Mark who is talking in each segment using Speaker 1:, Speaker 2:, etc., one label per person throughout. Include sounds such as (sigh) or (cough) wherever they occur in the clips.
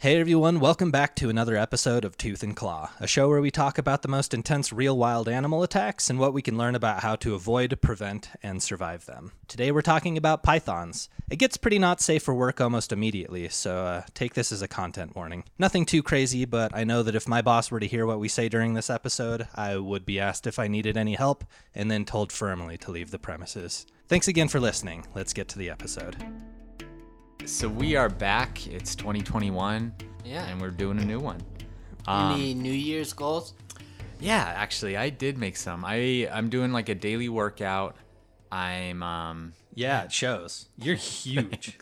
Speaker 1: Hey everyone, welcome back to another episode of Tooth and Claw, a show where we talk about the most intense real wild animal attacks and what we can learn about how to avoid, prevent, and survive them. Today we're talking about pythons. It gets pretty not safe for work almost immediately, so uh, take this as a content warning. Nothing too crazy, but I know that if my boss were to hear what we say during this episode, I would be asked if I needed any help and then told firmly to leave the premises. Thanks again for listening. Let's get to the episode.
Speaker 2: So we are back. It's 2021.
Speaker 3: Yeah.
Speaker 2: And we're doing a new one.
Speaker 1: Um,
Speaker 3: Any New Year's goals?
Speaker 2: Yeah, actually, I did make some. I I'm doing like a daily workout. I'm (laughs) um
Speaker 1: Yeah, it shows. You're huge.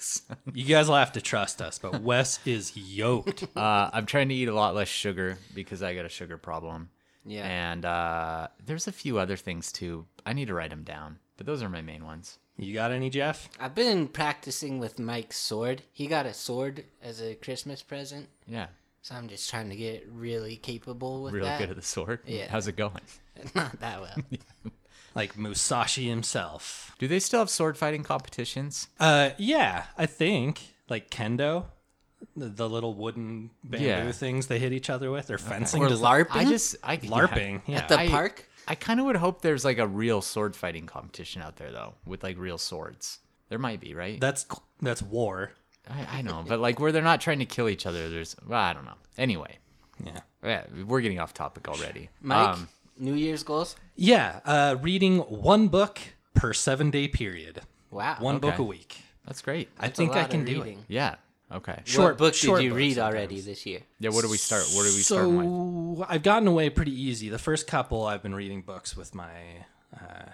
Speaker 1: you guys will have to trust us, but Wes is yoked.
Speaker 2: uh I'm trying to eat a lot less sugar because I got a sugar problem.
Speaker 3: Yeah.
Speaker 2: And uh there's a few other things too. I need to write them down, but those are my main ones.
Speaker 1: You got any, Jeff?
Speaker 3: I've been practicing with Mike's sword. He got a sword as a Christmas present,
Speaker 2: Yeah.
Speaker 3: so I'm just trying to get really capable with
Speaker 2: Really
Speaker 3: that.
Speaker 2: good at the sword.
Speaker 3: Yeah.
Speaker 2: How's it going?
Speaker 3: (laughs) Not
Speaker 1: (laughs)
Speaker 3: that well.
Speaker 1: Like Musashi himself.
Speaker 2: Do they still have sword fighting competitions?
Speaker 1: Uh, yeah, I think like kendo, the, the little wooden bamboo
Speaker 2: Yeah.
Speaker 1: things they hit each other with, or fencing,
Speaker 3: Or
Speaker 1: does-
Speaker 3: LARPing
Speaker 2: I just I yeah.
Speaker 1: larping. Yeah,
Speaker 3: at the
Speaker 2: I-
Speaker 3: park.
Speaker 2: I kind of would hope there's like a real sword fighting competition out there though, with like real swords. There might be, right?
Speaker 1: that's that's war.
Speaker 2: I, I know, but like where they're not trying to kill each other, there's well, I don't know. Anyway,
Speaker 1: Yeah.
Speaker 2: yeah, we're getting off topic already.
Speaker 3: Mike,
Speaker 2: Um,
Speaker 3: New Year's goals?
Speaker 1: Yeah, uh, reading one book per seven day period,
Speaker 3: Wow.
Speaker 1: one book
Speaker 2: Okay.
Speaker 1: a week.
Speaker 2: that's great.
Speaker 1: I think I can do it.
Speaker 2: Yeah. Okay.
Speaker 3: Short what book
Speaker 1: short
Speaker 3: did you
Speaker 1: books
Speaker 3: read
Speaker 1: sometimes.
Speaker 3: already this year?
Speaker 2: Yeah. What do we start? What do we
Speaker 1: so
Speaker 2: start with?
Speaker 1: I've gotten away pretty easy. The first couple I've been reading books with my uh,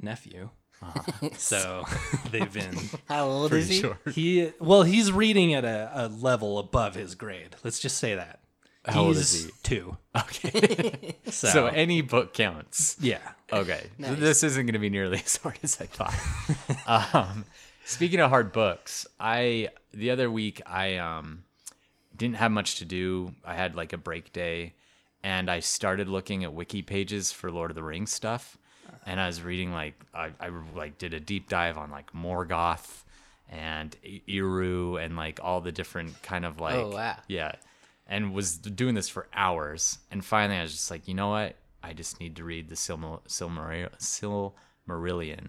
Speaker 1: nephew.
Speaker 2: Uh-huh.
Speaker 1: (laughs)
Speaker 2: (laughs)
Speaker 1: so they've been
Speaker 3: How old is he?
Speaker 1: he well he's reading at a, a level above his grade. Let's just say that.
Speaker 2: How old
Speaker 1: He's
Speaker 2: is he?
Speaker 1: Two. Okay. (laughs) so,
Speaker 2: So any book counts.
Speaker 1: yeah.
Speaker 2: (laughs) Okay. So This isn't going to be nearly (laughs) as hard as I thought. um, speaking of hard books, I the other week I um, didn't have much to do. I had like a break day, and I started looking at wiki pages for Lord of the Rings stuff. And I was reading like I, I like did a deep dive on like Morgoth and I- Iru and like all the different kind of like
Speaker 3: wow.
Speaker 2: yeah, and was doing this for hours. And finally, I was just like, you know what? I just need to read the Silmar- Silmar- Silmarillion.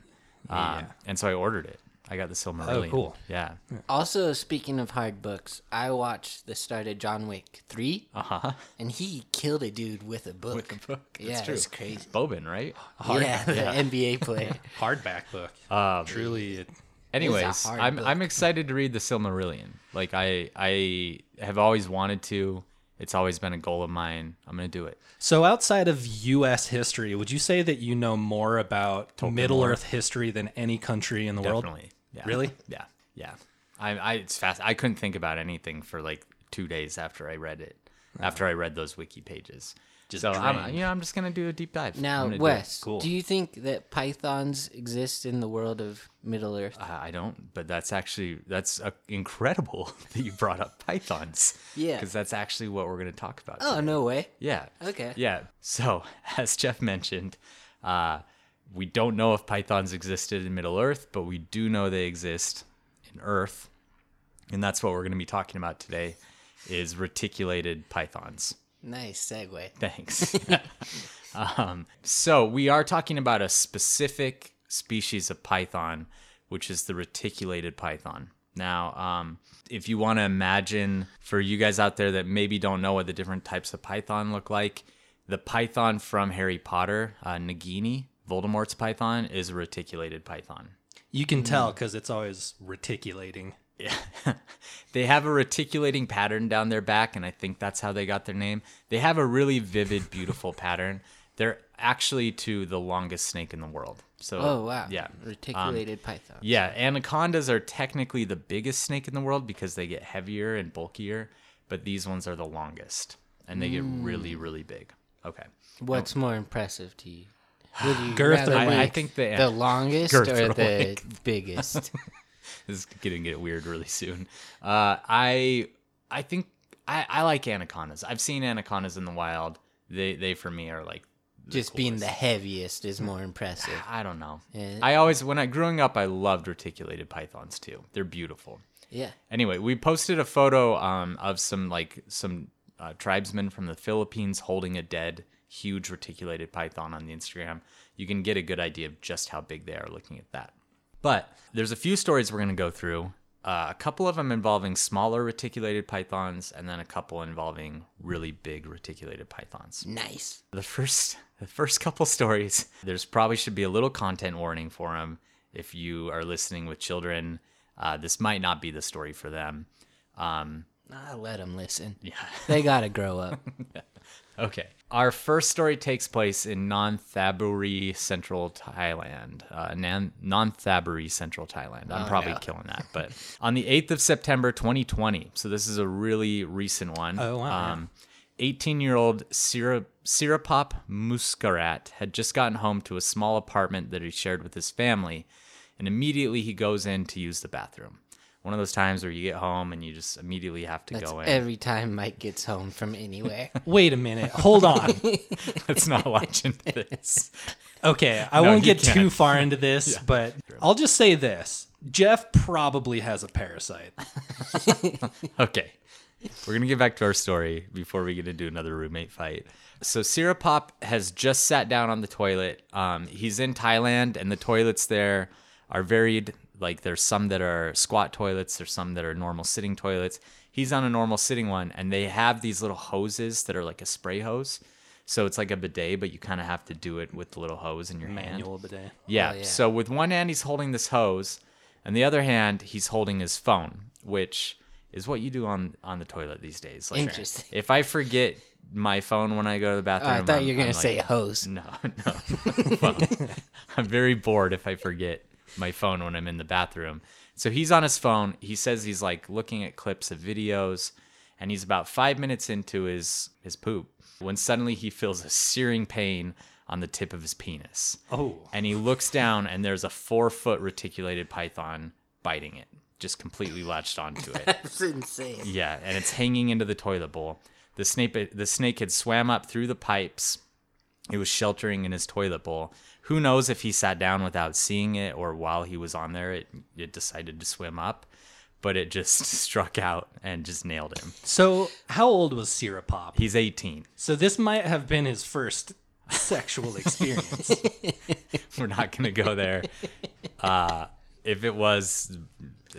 Speaker 2: Um, and so I ordered it. I got the Silmarillion.
Speaker 1: cool.
Speaker 2: Yeah.
Speaker 3: Also, speaking of hard books, I watched the start of John Wick 3,
Speaker 2: Uh
Speaker 1: Uh-huh.
Speaker 2: huh.
Speaker 3: and he killed a dude with a book.
Speaker 2: With a book. That's
Speaker 3: yeah,
Speaker 2: true.
Speaker 3: it's crazy.
Speaker 2: Bobin, right?
Speaker 1: (laughs)
Speaker 3: yeah, the NBA player.
Speaker 1: Hardback book.
Speaker 2: Um,
Speaker 1: Truly. it-
Speaker 2: Anyways,
Speaker 3: hard
Speaker 2: I'm
Speaker 3: book.
Speaker 2: I'm excited to read the Silmarillion. Like I I have always wanted to. It's always been a goal of mine. I'm gonna do it.
Speaker 1: So outside of U.S. history, would you say that you know more about Middle Earth history than any country in the world?
Speaker 2: Definitely. Yeah.
Speaker 1: Really?
Speaker 2: (laughs) Yeah. Yeah. I I it's fast. I couldn't think about anything for like two days after I read it. After I read those wiki pages.
Speaker 1: Just
Speaker 2: so I'm,
Speaker 1: drained.
Speaker 2: you know, I'm just gonna do a deep dive. I'm
Speaker 3: Now,
Speaker 2: gonna do it.
Speaker 3: Wes,
Speaker 1: Cool.
Speaker 3: do you think that pythons exist in the world of Middle Earth?
Speaker 2: I I don't, but that's actually that's uh, incredible (laughs) that you brought up pythons.
Speaker 3: Yeah.
Speaker 2: because that's actually what we're going to talk about.
Speaker 3: oh,
Speaker 2: today.
Speaker 3: no way.
Speaker 2: yeah,
Speaker 3: Okay.
Speaker 2: yeah. So (laughs) as Jeff mentioned, uh, we don't know if pythons existed in Middle Earth, but we do know they exist in Earth, and that's what we're going to be talking about today: is reticulated pythons.
Speaker 3: Nice segue.
Speaker 2: (laughs) Thanks. um, so we are talking about a specific species of python, which is the reticulated python. Now, um, if you want to imagine for you guys out there that maybe don't know what the different types of python look like, the python from Harry Potter, uh, Nagini, Voldemort's python, is a reticulated python.
Speaker 1: You
Speaker 2: Mm.
Speaker 1: can tell because it's always reticulating.
Speaker 2: they have a reticulating pattern down their back, and I think that's how they got their name. They have a really vivid, beautiful pattern. They're actually to the longest snake in the world. So,
Speaker 3: Oh, wow.
Speaker 2: yeah, Um,
Speaker 3: Reticulated python.
Speaker 2: yeah. Anacondas are technically the biggest snake in the world because they get heavier and bulkier, but these ones are the longest, and they get
Speaker 3: Hmm.
Speaker 2: really, really big. Okay,
Speaker 3: What's
Speaker 2: um,
Speaker 3: more impressive to you? Would you
Speaker 1: Girth
Speaker 3: rather
Speaker 1: or
Speaker 3: be
Speaker 1: length?
Speaker 2: I think the
Speaker 3: the longest
Speaker 2: Girth
Speaker 3: or
Speaker 2: or
Speaker 3: the (laughs)
Speaker 2: (laughs)
Speaker 3: biggest?
Speaker 2: this is gonna get weird really soon. Uh, I I think I, I like anacondas. I've seen anacondas in the wild. They they for me are like the
Speaker 3: Just being the
Speaker 2: coolest.
Speaker 3: heaviest is more
Speaker 2: (sighs)
Speaker 3: impressive.
Speaker 2: I don't know.
Speaker 3: Yeah.
Speaker 2: I always when I growing up I loved reticulated pythons too. They're beautiful.
Speaker 3: Yeah.
Speaker 2: Anyway, we posted a photo um, of some like some uh, tribesmen from the Philippines holding a dead huge reticulated python on the Instagram. You can get a good idea of just how big they are looking at that. But there's a few stories we're going to go through. Uh, a couple of them involving smaller reticulated pythons, and then a couple involving really big reticulated pythons
Speaker 3: Nice.
Speaker 2: the first the first couple stories there's probably should be a little content warning for them if you are listening with children uh, this might not be the story for them um,
Speaker 3: I let them listen. Yeah. (laughs) They gotta grow up.
Speaker 2: okay our first story takes place in non thaburi central thailand uh, nan- non-thaburi central thailand
Speaker 1: Oh,
Speaker 2: i'm probably killing that but (laughs) on the 8th of september 2020 so this is a really recent one.
Speaker 1: Oh, wow, yeah.
Speaker 2: Um, 18-year-old Sira- Sirapop Muskarat had just gotten home to a small apartment that he shared with his family, and immediately he goes in to use the bathroom. One of those times where you get home and you just immediately have to
Speaker 3: That's
Speaker 2: go in. (laughs)
Speaker 3: every time Mike gets home from anywhere.
Speaker 1: Wait a minute. Hold on.
Speaker 2: (laughs) Let's not watch into this.
Speaker 1: Okay, I
Speaker 2: No,
Speaker 1: won't
Speaker 2: you
Speaker 1: get
Speaker 2: can't.
Speaker 1: too far
Speaker 2: (laughs)
Speaker 1: into this, but I'll just say this. Jeff probably has a
Speaker 2: (laughs)
Speaker 1: parasite.
Speaker 2: Okay. We're going to get back to our story before we get into another roommate fight. So, Sirapop has just sat down on the toilet. Um, he's in Thailand, and the toilets there are varied. Like, there's some that are squat toilets, there's some that are normal sitting toilets. He's on a normal sitting one, and they have these little hoses that are like a spray hose. So, it's like a bidet, but you kind of have to do it with the little hose in your hand.
Speaker 1: Manual bidet.
Speaker 2: Yeah.
Speaker 3: Oh, yeah.
Speaker 2: So with one hand he's holding this hose, and the other hand he's holding his phone, which is what you do on on the toilet these days. Like,
Speaker 3: Interesting.
Speaker 2: If I forget my phone when I go to the
Speaker 3: Oh,
Speaker 2: bathroom,
Speaker 3: I thought
Speaker 2: I'm-
Speaker 3: you were gonna
Speaker 2: I'm like,
Speaker 3: say
Speaker 2: (laughs)
Speaker 3: hose.
Speaker 2: no, no. Well, I'm very bored if I forget my phone when I'm in the bathroom. So he's on his phone. He says he's like looking at clips of videos, and he's about five minutes into his his poop when suddenly he feels a searing pain on the tip of his penis.
Speaker 1: Oh.
Speaker 2: And he looks down, and there's a four foot reticulated python biting it, just completely latched onto it.
Speaker 3: That's insane.
Speaker 2: Yeah, and it's hanging into the toilet bowl. The snake, the snake had swam up through the pipes. It was sheltering in his toilet bowl. Who knows if he sat down without seeing it or while he was on there, it, it decided to swim up, but it just (laughs) struck out and just nailed him.
Speaker 1: So, how old was Syrah Pop?
Speaker 2: He's 18.
Speaker 1: So, this might have been his first sexual experience.
Speaker 2: (laughs) We're not going to go
Speaker 3: (laughs)
Speaker 2: there. Uh, if it was,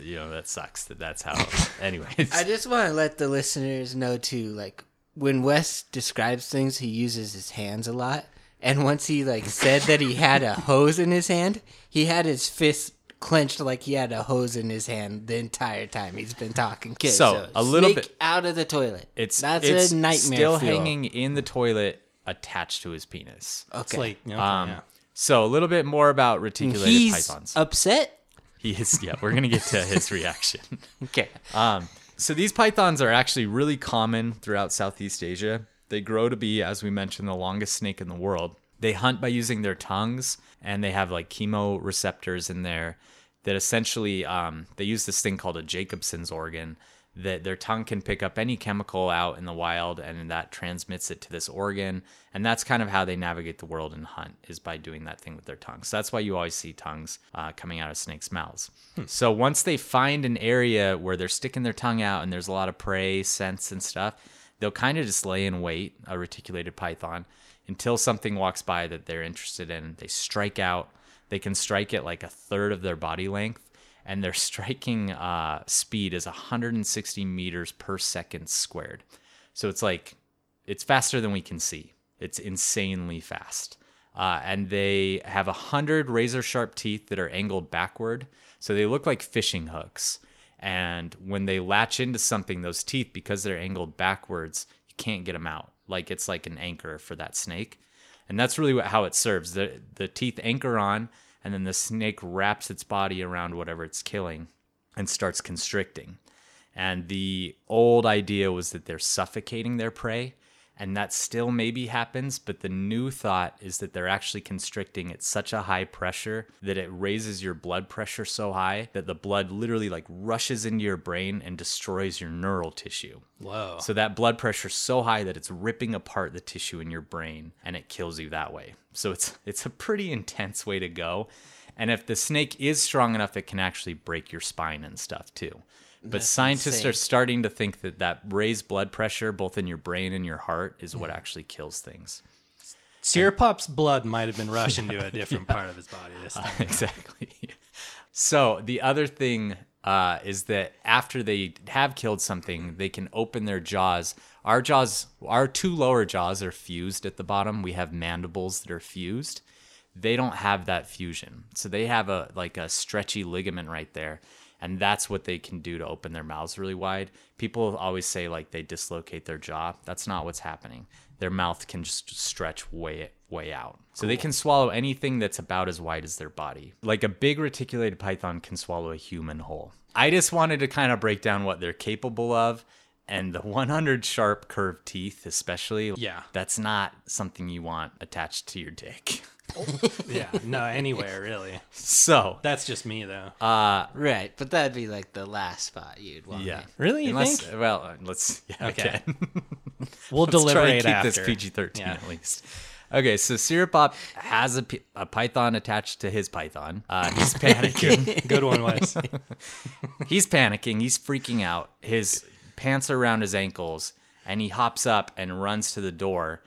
Speaker 2: you know, that sucks that that's
Speaker 3: (laughs)
Speaker 2: how. Anyways.
Speaker 3: I just want to let the listeners know too, like when Wes describes things, he uses his hands a lot. And once he like said that he
Speaker 2: (laughs)
Speaker 3: had a hose in his hand, he had his fist clenched like he had a hose in his hand the entire time he's been talking. Okay,
Speaker 2: So, a little
Speaker 3: sneak
Speaker 2: bit-
Speaker 3: out of the toilet.
Speaker 2: it's
Speaker 3: that's
Speaker 2: it's
Speaker 3: a nightmare.
Speaker 2: still
Speaker 3: fuel.
Speaker 2: hanging in the toilet attached to his penis.
Speaker 1: It's
Speaker 3: Okay,
Speaker 1: like, okay, yeah.
Speaker 2: Um, So a little bit more about reticulated
Speaker 3: he's
Speaker 2: pythons.
Speaker 3: upset.
Speaker 2: he is. Yeah, we're gonna get to his reaction.
Speaker 3: Okay,
Speaker 2: Um, so these pythons are actually really common throughout Southeast Asia. They grow to be, as we mentioned, the longest snake in the world. They hunt by using their tongues, and they have like chemoreceptors in there that essentially um, they use this thing called a Jacobson's organ. That their tongue can pick up any chemical out in the wild, and that transmits it to this organ, and that's kind of how they navigate the world and hunt is by doing that thing with their tongues. So that's why you always see tongues uh, coming out of snakes' mouths. So once they find an area where they're sticking their tongue out and there's a lot of prey, scents, and stuff, they'll kind of just lay in wait, a reticulated python, until something walks by that they're interested in. They strike out. They can strike at like a third of their body length, and their (laughs) striking uh, speed is 160 meters per second squared. So it's like it's faster than we can see. It's insanely fast. Uh, and they have a hundred razor sharp teeth that are angled backward. So they look like fishing hooks. And when they latch into something, those teeth, because they're angled backwards, you can't get them out. Like it's like an anchor for that snake. And that's really what, how it serves. The, the teeth anchor on, and then the snake wraps its body around whatever it's killing and starts constricting. And the old idea was that they're suffocating their prey, and that still maybe happens, but the new thought is that they're actually constricting at such a high pressure that it raises your blood pressure so high that the blood literally like rushes into your brain and destroys your neural tissue.
Speaker 1: Whoa.
Speaker 2: So that blood pressure's so high that it's ripping apart the tissue in your brain and it kills you that way. So it's it's a pretty intense way to go. And if the snake is strong enough, it can actually break your spine and stuff too. But scientists
Speaker 3: insane.
Speaker 2: are starting to think that that raised blood pressure, both in your brain and your heart, is what actually kills things.
Speaker 1: Searpop's blood might have been rushing
Speaker 2: (laughs)
Speaker 1: to a different part of his body this time.
Speaker 2: exactly. So the other thing uh, is that after they have killed something, they can open their jaws. Our jaws, our two lower jaws are fused at the bottom. We have mandibles that are fused. They don't have that fusion, so they have a like a stretchy ligament right there, and that's what they can do to open their mouths really wide. People always say like they dislocate their jaw. That's not what's happening. Their mouth can just stretch way way out. So they can swallow anything that's about as wide as their body. Like a big reticulated python can swallow a human whole. I just wanted to kind of break down what they're capable of and the 100 sharp curved teeth especially.
Speaker 1: Yeah.
Speaker 2: That's not something you want attached to your dick. (laughs)
Speaker 1: Yeah, no, anywhere really.
Speaker 2: So,
Speaker 1: That's just me though.
Speaker 3: (laughs)
Speaker 2: Uh,
Speaker 3: Right, but that'd be like the last spot you'd want.
Speaker 2: yeah.
Speaker 1: really, you
Speaker 2: Unless,
Speaker 1: think?
Speaker 2: well, uh, let's yeah,
Speaker 1: Okay.
Speaker 2: okay.
Speaker 1: (laughs) We'll
Speaker 2: Let's try
Speaker 1: deliberate
Speaker 2: and keep
Speaker 1: after.
Speaker 2: this PG-13
Speaker 1: Yeah.
Speaker 2: at least. Okay, so Siripop has a, p- a python attached to his python. Uh,
Speaker 1: (laughs)
Speaker 2: he's panicking.
Speaker 1: Good one,
Speaker 2: (laughs)
Speaker 1: Wes.
Speaker 2: he's panicking. He's freaking out. His pants are around his ankles, and he hops up and runs to the door,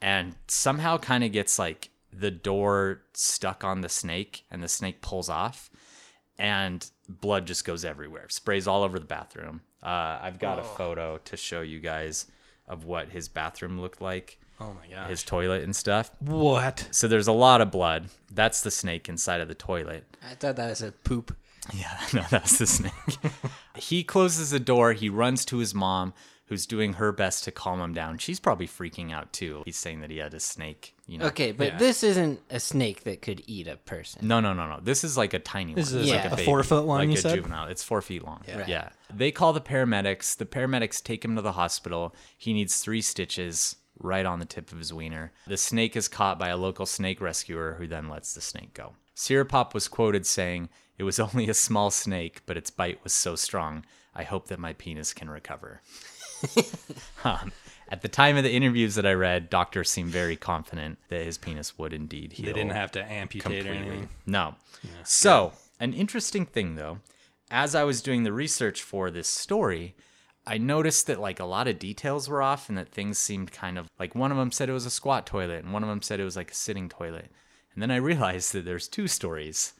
Speaker 2: and somehow kind of gets like the door stuck on the snake, and the snake pulls off, and blood just goes everywhere, sprays all over the bathroom. Uh, I've got a photo to show you guys of what his bathroom looked like,
Speaker 1: Oh my god.
Speaker 2: his toilet and stuff.
Speaker 1: What?
Speaker 2: So there's a lot of blood. That's the snake inside of the toilet.
Speaker 3: I thought that was a poop.
Speaker 2: Yeah, (laughs) no, that's the snake. he closes the door. He runs to his mom, who's doing her best to calm him down. She's probably freaking out too. He's saying that he had a snake. You know.
Speaker 3: Okay, but
Speaker 2: Yeah.
Speaker 3: this isn't a snake that could eat a person.
Speaker 2: No, no, no, no. This is like a tiny
Speaker 1: This
Speaker 2: one.
Speaker 1: is
Speaker 2: It's
Speaker 3: like
Speaker 2: like
Speaker 3: a
Speaker 2: baby,
Speaker 1: four-foot one,
Speaker 2: Like
Speaker 1: you
Speaker 2: a
Speaker 1: said?
Speaker 2: juvenile. It's four feet long. Yeah.
Speaker 3: Right.
Speaker 2: yeah. They call the paramedics. The paramedics take him to the hospital. He needs three stitches right on the tip of his wiener. The snake is caught by a local snake rescuer who then lets the snake go. Siripop was quoted saying, It was (laughs) only a small snake, but its bite was so strong. I hope that my penis
Speaker 1: (laughs)
Speaker 2: can recover. um, at the time of the interviews that I read, doctors seemed very confident that his penis would indeed heal
Speaker 1: They didn't have to amputate or anything.
Speaker 2: no. so, an interesting thing though, as I was doing the research for this story, I noticed that like a lot of details were off and that things seemed kind of like one of them said it was a squat toilet and one of them said it was like a sitting toilet. And then I realized that there's two stories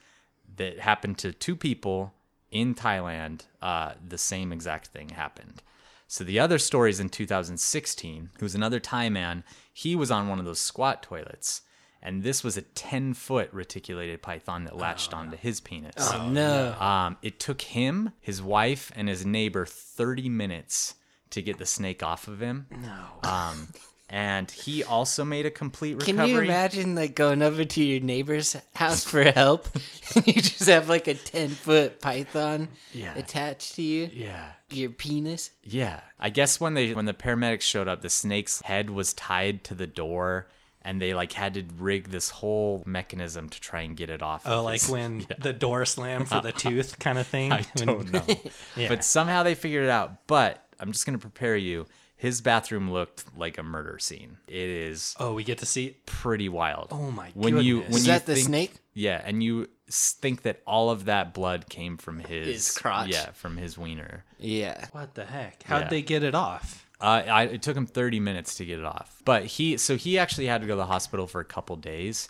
Speaker 2: that happened to two people in Thailand, uh, the same exact thing happened. So the other story is in 2016, who's another Thai man. He was on one of those squat toilets, and this was a 10 foot reticulated python that latched onto his penis.
Speaker 3: Oh, no.
Speaker 2: Um, it took him, his wife, and his neighbor 30 minutes to get the snake off of him. No. Um, and he also made a complete recovery.
Speaker 3: Can you imagine like going over to your neighbor's house for help (laughs) and you just have like a ten foot python
Speaker 2: Yeah.
Speaker 3: attached to you?
Speaker 2: Yeah.
Speaker 3: Your penis?
Speaker 2: Yeah. I guess when they when the paramedics showed up, the snake's head was tied to the door and they like had to rig this whole mechanism to try and get it off.
Speaker 1: Oh,
Speaker 2: of
Speaker 1: like
Speaker 2: his-
Speaker 1: when the door slam for
Speaker 2: (laughs)
Speaker 1: the tooth kind of thing.
Speaker 2: I (laughs) don't know.
Speaker 1: (laughs) Yeah.
Speaker 2: But somehow they figured it out. But I'm just gonna prepare you. His bathroom looked like a murder scene. It is
Speaker 1: oh, we get to see.
Speaker 2: pretty wild.
Speaker 1: Oh my
Speaker 2: When you
Speaker 1: goodness.
Speaker 2: when
Speaker 3: Is
Speaker 2: you
Speaker 3: that the
Speaker 2: think-
Speaker 3: snake?
Speaker 2: Yeah, and you s- think that all of that blood came from his,
Speaker 3: crotch.
Speaker 2: Yeah, from his wiener.
Speaker 3: Yeah.
Speaker 1: What the heck? How'd
Speaker 2: Yeah.
Speaker 1: they get it off?
Speaker 2: Uh, I, it took him 30 minutes to get it off. But he, so he actually had to go to the hospital for a couple days.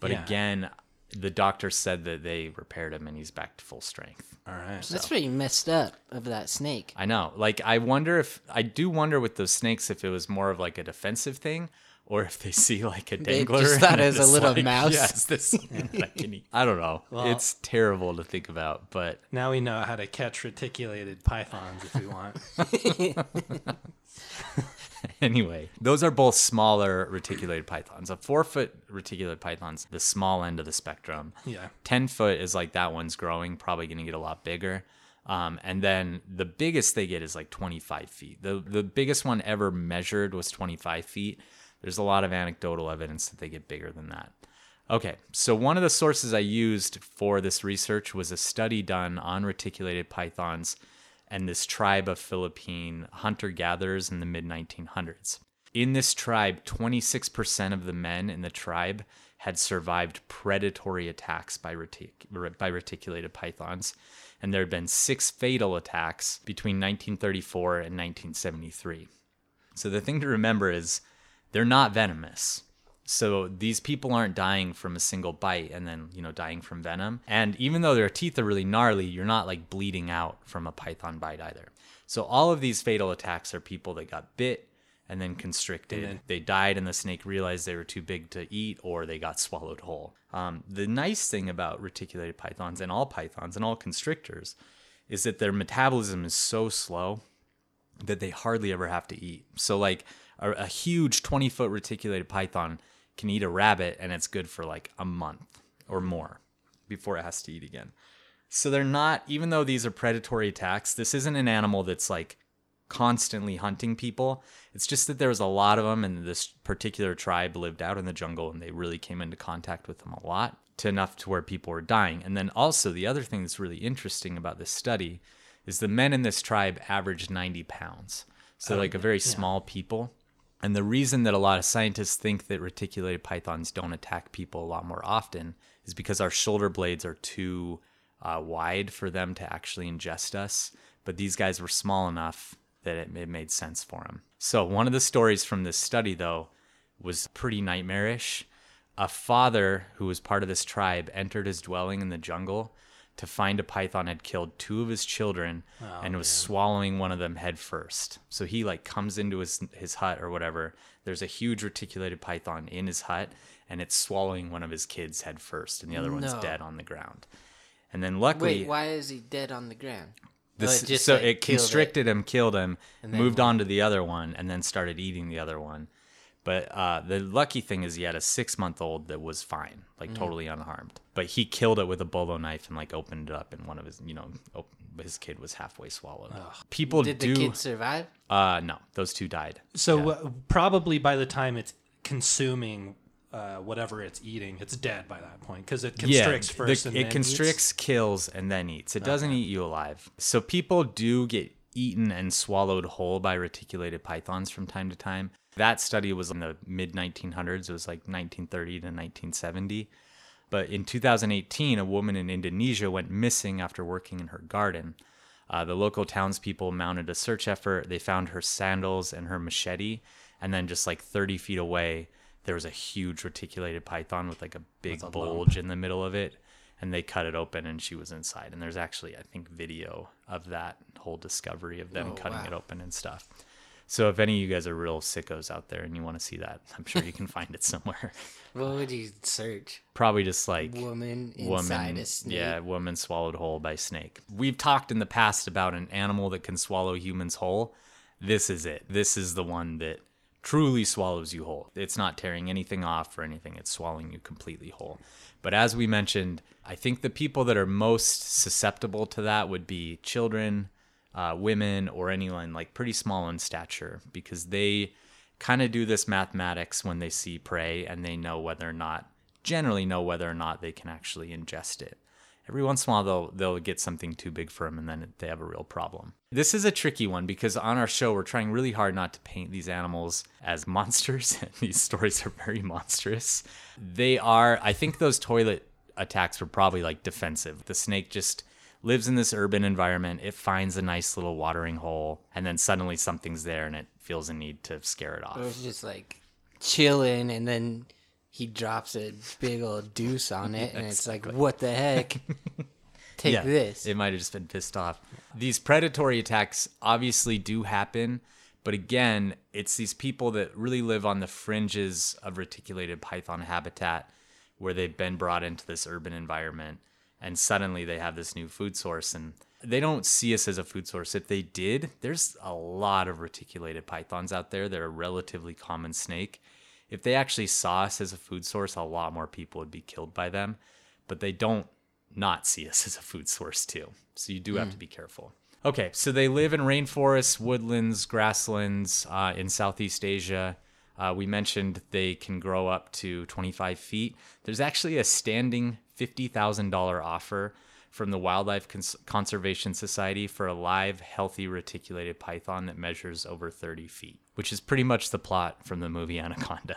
Speaker 2: But
Speaker 1: Yeah.
Speaker 2: again, the doctor said that they repaired him and he's back to full strength.
Speaker 1: All right.
Speaker 3: That's pretty messed up of that snake.
Speaker 2: I know. Like, I wonder if, I do wonder with those snakes if it was more of like a defensive thing or if they (laughs) see like a dangler.
Speaker 3: just thought
Speaker 2: and
Speaker 3: it was a
Speaker 2: it's
Speaker 3: little
Speaker 2: like,
Speaker 3: mouse.
Speaker 2: Yes,
Speaker 3: (laughs)
Speaker 2: this, I can eat." e-" I don't know. it's terrible to think about, but
Speaker 1: Now we know how to catch reticulated pythons if we
Speaker 2: (laughs)
Speaker 1: want.
Speaker 2: Anyway, those are both smaller reticulated pythons. A four foot reticulated python's the small end of the spectrum.
Speaker 1: Yeah.
Speaker 2: 10 foot is like that one's growing, probably going to get a lot bigger. Um, and then the biggest they get is like 25 feet. The, the biggest one ever measured was 25 feet. There's a lot of anecdotal evidence that they get bigger than that. Okay, so one of the sources I used for this research was a study done on reticulated pythons and this tribe of Philippine hunter gatherers in the mid 1900s. In this tribe, 26% of the men in the tribe had survived predatory attacks by, retic- by reticulated pythons, and there had been six fatal attacks between 1934 and 1973. So the thing to remember is they're not venomous. So these people aren't dying from a single bite and then, you know, dying from venom. And even though their teeth are really gnarly, you're not like bleeding out from a python bite either. So all of these fatal attacks are people that got bit and then constricted. they died and the snake realized they were too big to eat or they got swallowed whole. Um, the nice thing about reticulated pythons and all pythons and all constrictors is that their metabolism is so slow that they hardly ever have to eat. So like a, a huge 20 foot reticulated python can eat a rabbit and it's good for like a month or more before it has to eat again. So they're not, even though these are predatory attacks, this isn't an animal that's like constantly hunting people. It's just that there was a lot of them and this particular tribe lived out in the jungle and they really came into contact with them a lot to enough to where people were dying. And then also the other thing that's really interesting about this study is the men in this tribe averaged 90 pounds. So like a very small people. And the reason that a lot of scientists think that reticulated pythons don't attack people a lot more often is because our shoulder blades are too uh, wide for them to actually ingest us. But these guys were small enough that it, it made sense for them. So, one of the stories from this study, though, was pretty nightmarish. A father who was part of this tribe entered his dwelling in the jungle to find a python had killed two of his children
Speaker 3: Oh,
Speaker 2: and was swallowing one of them head first. So he like comes into his his hut or whatever. There's a huge reticulated python in his hut and it's swallowing one of his kids head first and the other one's
Speaker 3: No.
Speaker 2: dead on the ground. And then luckily
Speaker 3: Wait, why is he dead on the ground?
Speaker 2: this,
Speaker 3: Well, just,
Speaker 2: so
Speaker 3: like,
Speaker 2: it
Speaker 3: killed
Speaker 2: constricted him, killed him,
Speaker 3: then
Speaker 2: moved on to the other one, and then started eating the other one. But uh, the lucky thing is he had a six month old that was fine,
Speaker 3: Mm.
Speaker 2: like totally unharmed. But he killed it with a bolo knife and like opened it up, and one of his, you know, op- his kid was halfway swallowed. People
Speaker 3: Did
Speaker 2: do,
Speaker 3: the kid survive?
Speaker 2: uh, no, those two died.
Speaker 1: So uh, probably by the time it's consuming uh, whatever it's eating, it's dead by that point because it constricts
Speaker 2: the-
Speaker 1: first. and
Speaker 2: it
Speaker 1: then eats.
Speaker 2: constricts, kills, and then eats. It doesn't eat you alive. So people do get eaten and swallowed whole by reticulated pythons from time to time. That study was in the mid 1900s. It was like 1930 to 1970. But in 2018, a woman in Indonesia went missing after working in her garden. Uh, the local townspeople mounted a search effort. They found her sandals and her machete. And then, just like 30 feet away, there was a huge reticulated python with like a big bulge in the middle of it. And they cut it open and she was inside. And there's actually, I think, video of that whole discovery of them cutting it open and stuff. So, if any of you guys are real sickos out there and you want to see that, I'm sure you can find it somewhere. (laughs)
Speaker 3: What would you search?
Speaker 2: Probably just like
Speaker 3: Woman inside
Speaker 2: woman,
Speaker 3: a snake.
Speaker 2: yeah, woman swallowed whole by snake. We've talked in the past about an animal that can swallow humans whole. This is it. This is the one that truly swallows you whole. It's not tearing anything off or anything. It's swallowing you completely whole. But as we mentioned, I think the people that are most susceptible to that would be children, uh, women, or anyone like pretty small in stature because they kind of do this mathematics when they see prey and they know whether or not generally know whether or not they can actually ingest it. Every once in a while, they'll they'll get something too big for them, and then they have a real problem. This is a tricky one because on our show, we're trying really hard not to paint these animals as (laughs) monsters. and these stories are very monstrous. They are. I think those toilet attacks were probably like defensive. The snake just lives in this urban environment. It finds a nice little watering hole, and then suddenly something's there, and it feels a need to scare it off.
Speaker 3: Or it's just like chilling and then he drops a big old deuce on it and it's like, what the
Speaker 2: (laughs)
Speaker 3: heck? Take this.
Speaker 2: It might have just been pissed off. These predatory attacks obviously do happen, but again, it's these people that really live on the fringes of reticulated python habitat where they've been brought into this urban environment and suddenly they have this new food source and they don't see us as a food source. If they did, there's a lot of reticulated pythons out there. They're a relatively common snake. If they actually saw us as a food source, a lot more people would be killed by them, but they don't not see us (laughs) as a food source too. So you do have to be careful. Okay, so they live in rainforests, woodlands, grasslands uh, in Southeast Asia. Uh, we mentioned they can grow up to 25 feet. There's actually a standing $50,000 offer from the Wildlife Cons- Conservation Society for a live, healthy, reticulated python that measures over 30 feet, which is pretty much the plot from the movie Anaconda.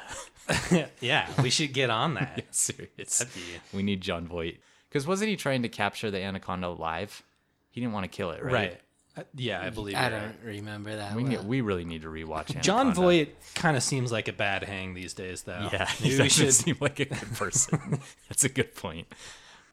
Speaker 2: (laughs)
Speaker 1: Yeah, we should get on that.
Speaker 2: Serious.
Speaker 1: That'd be-
Speaker 2: We need John Voight. Because wasn't he trying to capture the anaconda live? He didn't want to kill it, right?
Speaker 1: right. Uh, yeah, I believe
Speaker 3: I
Speaker 1: you're right.
Speaker 3: don't remember that.
Speaker 2: We,
Speaker 3: well.
Speaker 2: need- we really need to rewatch Anaconda.
Speaker 1: John Voight kind of seems like a bad hang these days, though.
Speaker 2: Yeah, (laughs) he
Speaker 1: Maybe
Speaker 2: doesn't
Speaker 1: we should.
Speaker 2: seem like a good person. (laughs) That's a good point.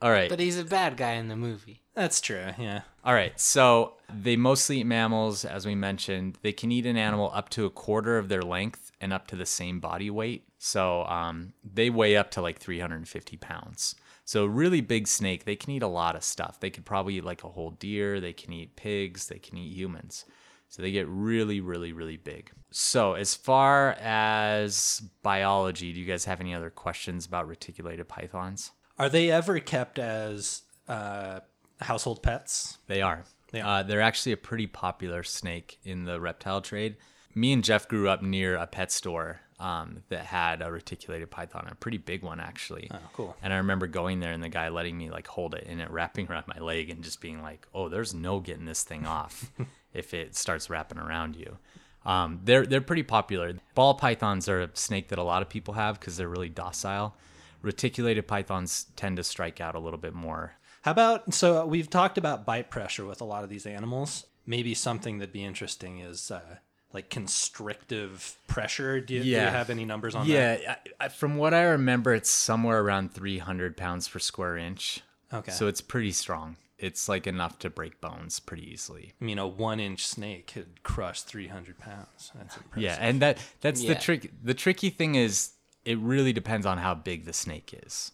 Speaker 2: All right.
Speaker 3: But he's a bad guy in the movie.
Speaker 1: That's true. Yeah.
Speaker 2: All right. So they mostly eat mammals, as we mentioned. They can eat an animal up to a quarter of their length and up to the same body weight. So um, they weigh up to like 350 pounds. So a really big snake, they can eat a lot of stuff. They could probably eat like a whole deer. They can eat pigs. They can eat humans. So they get really, really, really big. So as far as biology, do you guys have any other questions about reticulated pythons?
Speaker 1: Are they ever kept as uh, household pets?
Speaker 2: They are.
Speaker 1: They
Speaker 2: Uh, they're actually a pretty popular snake in the reptile trade. Me and Jeff grew up near a pet store um, that had a reticulated python, a pretty big one actually. Oh,
Speaker 1: cool.
Speaker 2: And I remember going there and the guy letting me like hold it and it wrapping around my leg and just being like, "Oh, there's no getting this thing off if it starts wrapping around you." Um, they're they're pretty popular. Ball pythons are a snake that a lot of people have because they're really docile. Reticulated pythons tend to strike out a little bit more
Speaker 1: How about so we've talked about bite pressure with a lot of these animals. Maybe something that'd be interesting is uh, like constrictive pressure. Do you, do you
Speaker 2: Yeah.
Speaker 1: have any numbers on that?
Speaker 2: Yeah, I, I, from what I remember, it's somewhere around 300 pounds per square inch.
Speaker 1: Okay.
Speaker 2: So it's pretty strong. It's like enough to break bones pretty easily.
Speaker 1: I mean, a one-inch snake could crush 300 pounds. That's impressive.
Speaker 2: Yeah, and that that's
Speaker 3: Yeah.
Speaker 2: the trick. The tricky thing is it really depends on how big the snake is.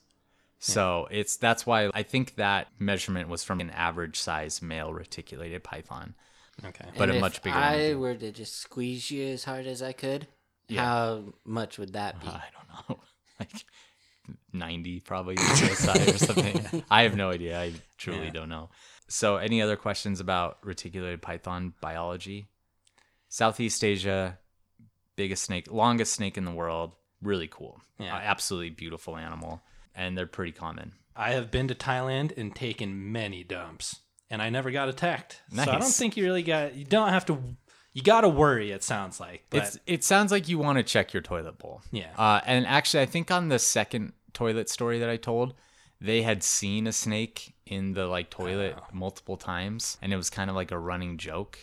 Speaker 2: So it's that's why I think that measurement was from an average size male reticulated python.
Speaker 1: Okay.
Speaker 2: But
Speaker 3: And
Speaker 2: a
Speaker 3: if
Speaker 2: much bigger
Speaker 3: I
Speaker 2: one.
Speaker 3: were to just squeeze you as hard as I could,
Speaker 2: Yeah. Uh,
Speaker 3: how much would that be?
Speaker 2: I don't know. (laughs) Like 90 probably PSI or something.
Speaker 1: (laughs)
Speaker 2: I have no idea. I truly
Speaker 1: Yeah.
Speaker 2: don't know. So any other questions about reticulated python biology? Southeast Asia, biggest snake, longest snake in the world. Really cool.
Speaker 1: Yeah.
Speaker 2: Uh, absolutely beautiful animal. And they're pretty common.
Speaker 1: I have been to Thailand and taken many dumps, and I never got attacked. So I don't
Speaker 2: Nice.
Speaker 1: think you really got. You don't have to. You got to worry. It sounds like, but
Speaker 2: it's, it sounds like you want to check your toilet bowl.
Speaker 1: Yeah.
Speaker 2: Uh, and actually, I think on the second toilet story that I told, they had seen a snake in the like toilet
Speaker 1: Oh.
Speaker 2: multiple times, and it was kind of like a running joke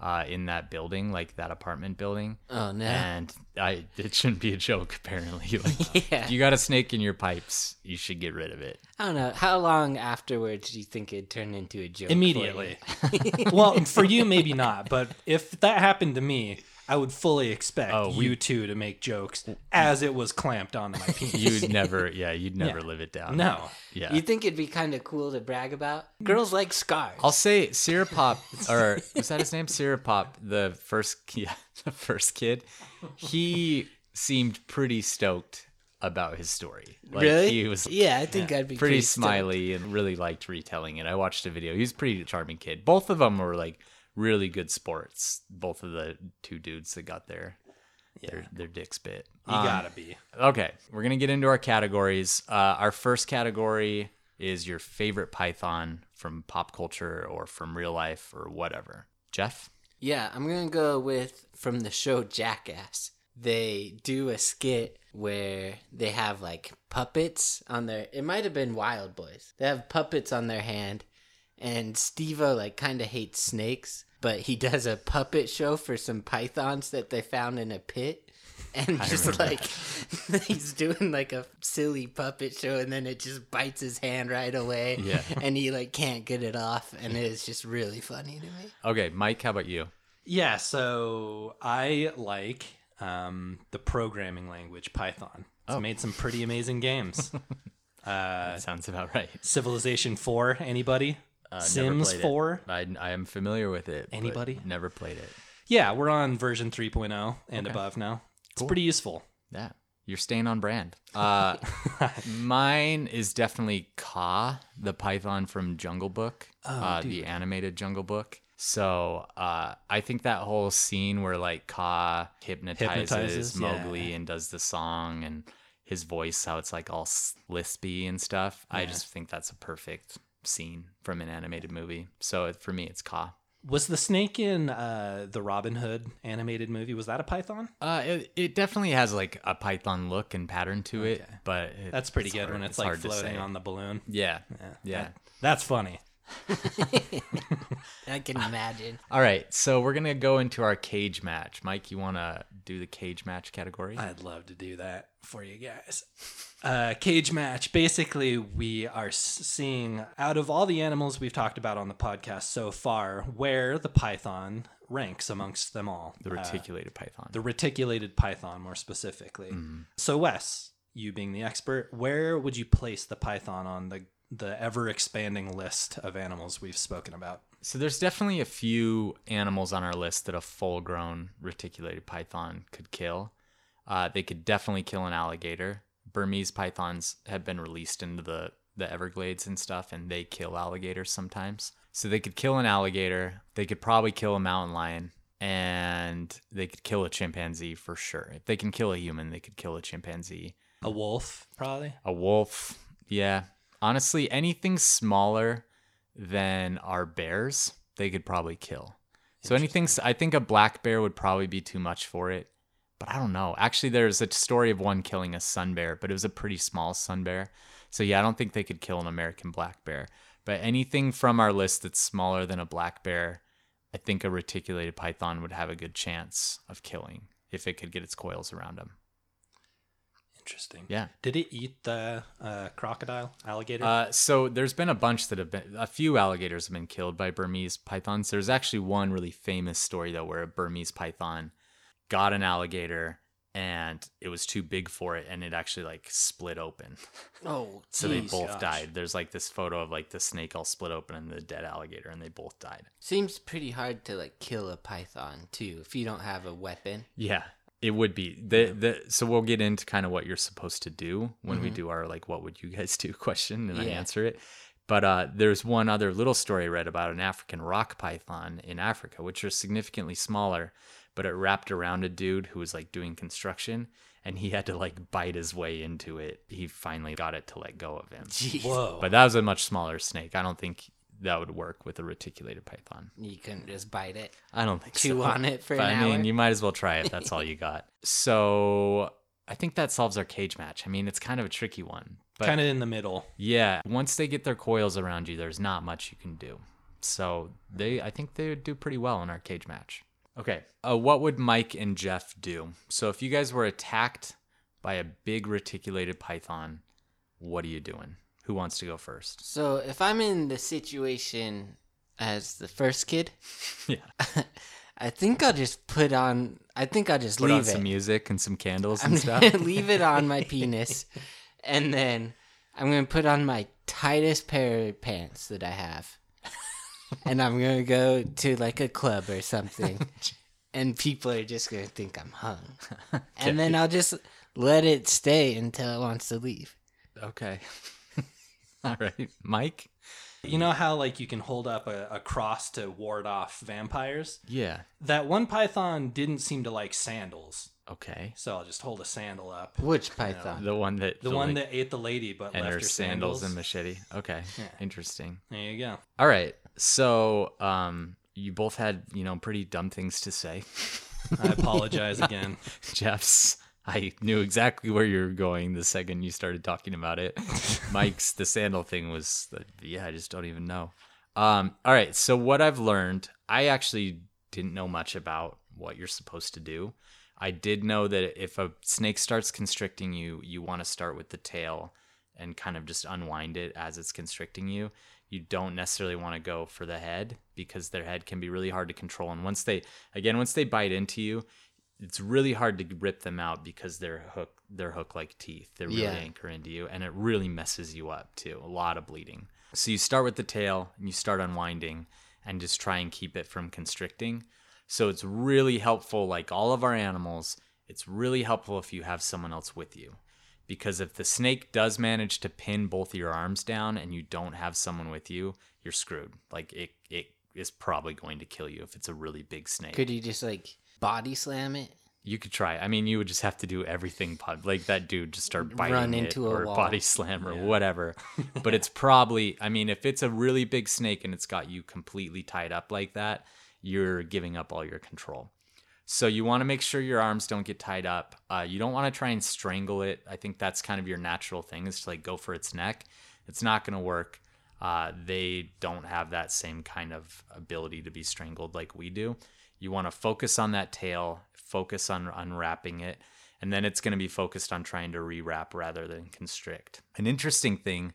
Speaker 2: uh, in that building, like that apartment building.
Speaker 1: Uh-huh.
Speaker 3: Oh no!
Speaker 2: And I, it shouldn't be a joke. Apparently, (laughs) like
Speaker 3: Yeah.
Speaker 2: if you got a snake in your pipes, you should get rid of it.
Speaker 3: I don't know. How long afterwards do you think it'd turn into a joke? for you?
Speaker 1: immediately.
Speaker 2: (laughs)
Speaker 1: well, for you maybe not, but if that happened to me, I would fully expect
Speaker 2: Oh, we-
Speaker 1: you two to make jokes as it was clamped onto my
Speaker 2: (laughs)
Speaker 1: penis. (laughs)
Speaker 2: You'd never, yeah, you'd never
Speaker 1: Yeah.
Speaker 2: live it down.
Speaker 1: no,
Speaker 2: Yeah.
Speaker 3: You think it'd be kind of cool to brag about? Girls like scars.
Speaker 2: I'll say Siripop, or was that his name? Siripop, the first, (laughs) yeah, the first kid. He seemed pretty stoked about his story. Like,
Speaker 3: really?
Speaker 2: He was
Speaker 3: yeah, I think I'd be
Speaker 2: pretty
Speaker 3: stoked.
Speaker 2: smiley and really liked retelling it. I watched a video. He was a pretty charming kid. Both of them were like really good sports. Both of the two dudes that got their their their dicks bit.
Speaker 1: you gotta be.
Speaker 2: Okay, we're gonna get into our categories. Uh, our first category is your favorite Python from pop culture or from real life or whatever. Jeff,
Speaker 3: Yeah, I'm gonna go with from the show Jackass. They do a skit where they have like puppets on their. It might have been Wild Boys. They have puppets on their hand, and Steve-O like kind of hates snakes, but he does a puppet show for some pythons that they found in a pit. And just like (laughs) he's doing like a silly puppet show, and then it just bites his hand right away.
Speaker 2: Yeah.
Speaker 3: and he like can't get it off, and it's just really funny to me.
Speaker 2: okay, Mike, how about you?
Speaker 1: Yeah, so I like um, the programming language Python.
Speaker 2: Oh.
Speaker 1: It's made some pretty amazing
Speaker 2: (laughs)
Speaker 1: games.
Speaker 2: That sounds about right.
Speaker 1: Civilization Four, anybody? Sims
Speaker 2: Uh, played it.
Speaker 1: Four.
Speaker 2: I, I am familiar with it. but
Speaker 1: Anybody?
Speaker 2: Never played it.
Speaker 1: Yeah, we're on version 3.0 and above now. It's pretty useful.
Speaker 2: Yeah, you're staying on brand.
Speaker 1: (laughs)
Speaker 2: Uh, mine is definitely Ka, the Python from Jungle Book,
Speaker 1: Oh,
Speaker 2: uh, the animated Jungle Book. So uh, I think that whole scene where like Ka hypnotizes,
Speaker 1: Hypnotizes, yeah.
Speaker 2: Mowgli and does the song and his voice, how it's like all s- lispy and stuff. I just think that's a perfect scene from an animated movie. So it, for me, it's Ka.
Speaker 1: Was the snake in uh, the Robin Hood animated movie? Was that a python?
Speaker 2: Uh, it, it definitely has like a python look and pattern to it, but it,
Speaker 1: That's pretty good
Speaker 2: hard-
Speaker 1: when it's,
Speaker 2: it's
Speaker 1: like
Speaker 2: hard to
Speaker 1: floating
Speaker 2: say.
Speaker 1: on the balloon.
Speaker 2: yeah, yeah.
Speaker 1: That's funny.
Speaker 3: I can imagine.
Speaker 2: All right, so we're gonna go into our cage match. Mike, you wanna do the cage match category?
Speaker 1: I'd love to do that for you guys. Uh, cage match. Basically, we are s- seeing out of all the animals we've talked about on the podcast so far, where the python ranks amongst them all.
Speaker 2: the
Speaker 1: Uh,
Speaker 2: reticulated python.
Speaker 1: the reticulated python, more specifically.
Speaker 2: Mm-hmm.
Speaker 1: So, Wes, you being the expert, where would you place the python on the the ever expanding list of animals we've spoken about?
Speaker 2: so there's definitely a few animals on our list that a full-grown reticulated python could kill. Uh, they could definitely kill an alligator. Burmese pythons have been released into the the Everglades and stuff, and they kill alligators sometimes. So they could kill an alligator. They could probably kill a mountain lion, and they could kill a chimpanzee for sure. If they can kill a human, they could kill a chimpanzee.
Speaker 1: A wolf, probably.
Speaker 2: A wolf. Yeah. Honestly, anything smaller than our bears, they could probably kill. So anything, s- I think a black bear would probably be too much for it. But I don't know. Actually, there's a story of one killing a sun bear, but it was a pretty small sun bear. So yeah, I don't think they could kill an American black bear. But anything from our list that's smaller than a black bear, I think a reticulated python would have a good chance of killing if it could get its coils around him.
Speaker 1: Interesting.
Speaker 2: Yeah.
Speaker 1: Did it eat the uh, crocodile, alligator?
Speaker 2: Uh, so there's been a bunch that have been a few alligators have been killed by Burmese pythons. There's actually one really famous story though where a Burmese python got an alligator and it was too big for it and it actually like split open. (laughs)
Speaker 3: Oh,
Speaker 2: So they
Speaker 3: jeez.
Speaker 2: both
Speaker 1: gosh.
Speaker 2: died. There's like this photo of like the snake all split open and the dead alligator and they both died.
Speaker 3: Seems pretty hard to like kill a python too if you don't have a weapon.
Speaker 2: Yeah. It would be the the so we'll get into kind of what you're supposed to do when we do our like what would you guys (laughs) do question and I
Speaker 3: Yeah.
Speaker 2: answer it. But uh, there's one other little story I read about an African rock python in Africa, which are significantly smaller, but it wrapped around a dude who was like doing construction and he had to like bite his way into it. He finally got it to let go of him.
Speaker 3: Jeez,
Speaker 1: Whoa.
Speaker 2: But that was a much smaller snake. I don't think that would work with a reticulated python.
Speaker 3: you couldn't just bite it.
Speaker 2: I don't think
Speaker 3: Chew
Speaker 2: so.
Speaker 3: on it for
Speaker 2: But,
Speaker 3: an
Speaker 2: I mean,
Speaker 3: hour?
Speaker 2: you might as well try if that's all
Speaker 3: (laughs)
Speaker 2: you got. So I think that solves our cage match. I mean, it's kind of a tricky one, but
Speaker 1: kind of in the middle.
Speaker 2: yeah, once they get their coils around you, there's not much you can do. So they, I think they would do pretty well in our cage match. Okay, uh, what would Mike and Jeff do? So if you guys were attacked by a big reticulated python, what are you doing? Who wants to go first?
Speaker 3: (laughs) So if I'm in the situation as the first kid,
Speaker 2: Yeah,
Speaker 3: I think I'll just put on. I think I'll just
Speaker 2: put
Speaker 3: leave
Speaker 2: on
Speaker 3: it.
Speaker 2: some music and some candles
Speaker 3: I'm
Speaker 2: and stuff.
Speaker 3: gonna (laughs) leave it on my penis, and then I'm gonna put on my tightest pair of pants that I have, and I'm gonna go to like a club or something, and people are just gonna think I'm hung, and then I'll just let it stay until it wants to leave.
Speaker 2: (laughs) Okay. (laughs) All right, Mike.
Speaker 1: You know how like you can hold up a, a cross to ward off vampires?
Speaker 2: Yeah.
Speaker 1: That one python didn't seem to like sandals,
Speaker 2: Okay.
Speaker 1: so I'll just hold a sandal up.
Speaker 3: Which python?
Speaker 2: The one that
Speaker 1: The one
Speaker 2: like,
Speaker 1: that ate the lady but
Speaker 2: and
Speaker 1: left
Speaker 2: her
Speaker 1: her sandals.
Speaker 2: sandals and machete.
Speaker 1: (laughs)
Speaker 2: Okay. Interesting.
Speaker 1: there you go.
Speaker 2: All right. So, um, you both had you know pretty dumb things to say.
Speaker 1: I apologize again.
Speaker 2: Jeff's. I knew exactly where you were going the second you started talking about it. Mike's the sandal thing was the, yeah, I just don't even know. Um, all right, so what I've learned, I actually didn't know much about what you're supposed to do. I did know that if a snake starts constricting you, you want to start with the tail and kind of just unwind it as it's constricting you. You don't necessarily want to go for the head because their head can be really hard to control. And once they, again, once they bite into you, it's really hard to rip them out because they're hook, they're hook like teeth. They're really
Speaker 3: Yeah.
Speaker 2: anchor into you, and it really messes you up too. A lot of bleeding. So you start with the tail and you start unwinding and just try and keep it from constricting. So it's really helpful, like all of our animals, it's really helpful if you have someone else with you because if the snake does manage to pin both of your arms down and you don't have someone with you, you're screwed. Like it it is probably going to kill you if it's a really big snake.
Speaker 3: Could you just like body slam it?
Speaker 2: You could try. I mean, you would just have to do everything pod like that dude just start biting
Speaker 3: Run
Speaker 2: it
Speaker 3: into a
Speaker 2: or
Speaker 3: wall.
Speaker 2: body slam or
Speaker 3: (laughs)
Speaker 2: whatever. but it's probably I mean, if it's a really big snake and it's got you completely tied up like that, you're giving up all your control. So you want to make sure your arms don't get tied up. Uh, you don't want to try and strangle it. I think that's kind of your natural thing is to like go for its neck. It's not going to work. Uh, they don't have that same kind of ability to be strangled like we do. You want to focus on that tail, focus on unwrapping it, and then it's going to be focused on trying to rewrap rather than constrict. An interesting thing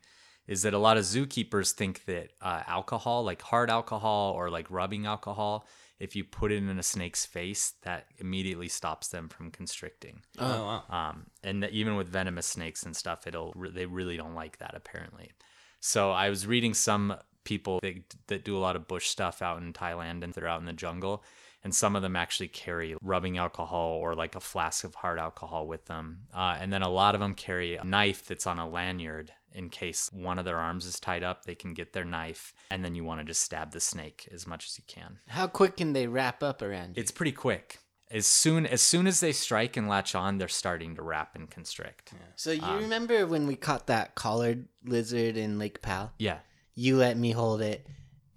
Speaker 2: is that a lot of zookeepers think that uh, alcohol, like hard alcohol or like rubbing alcohol, if you put it in a snake's face, that immediately stops them from constricting.
Speaker 1: Oh, wow.
Speaker 2: Um, and that even with venomous snakes and stuff, it'll re- they really don't like that apparently. So I was reading some people that that do a lot of bush stuff out in Thailand and they're out in the jungle, and some of them actually carry rubbing alcohol or like a flask of hard alcohol with them, uh, and then a lot of them carry a knife that's on a lanyard in case one of their arms is tied up. They can get their knife, and then you want to just stab the snake as much as you can.
Speaker 3: How quick can they wrap up around you?
Speaker 2: It's pretty quick. As soon as soon as they strike and latch on, they're starting to wrap and constrict.
Speaker 3: So you remember when we caught that collared lizard in Lake Powell?
Speaker 2: Yeah.
Speaker 3: You let me hold it,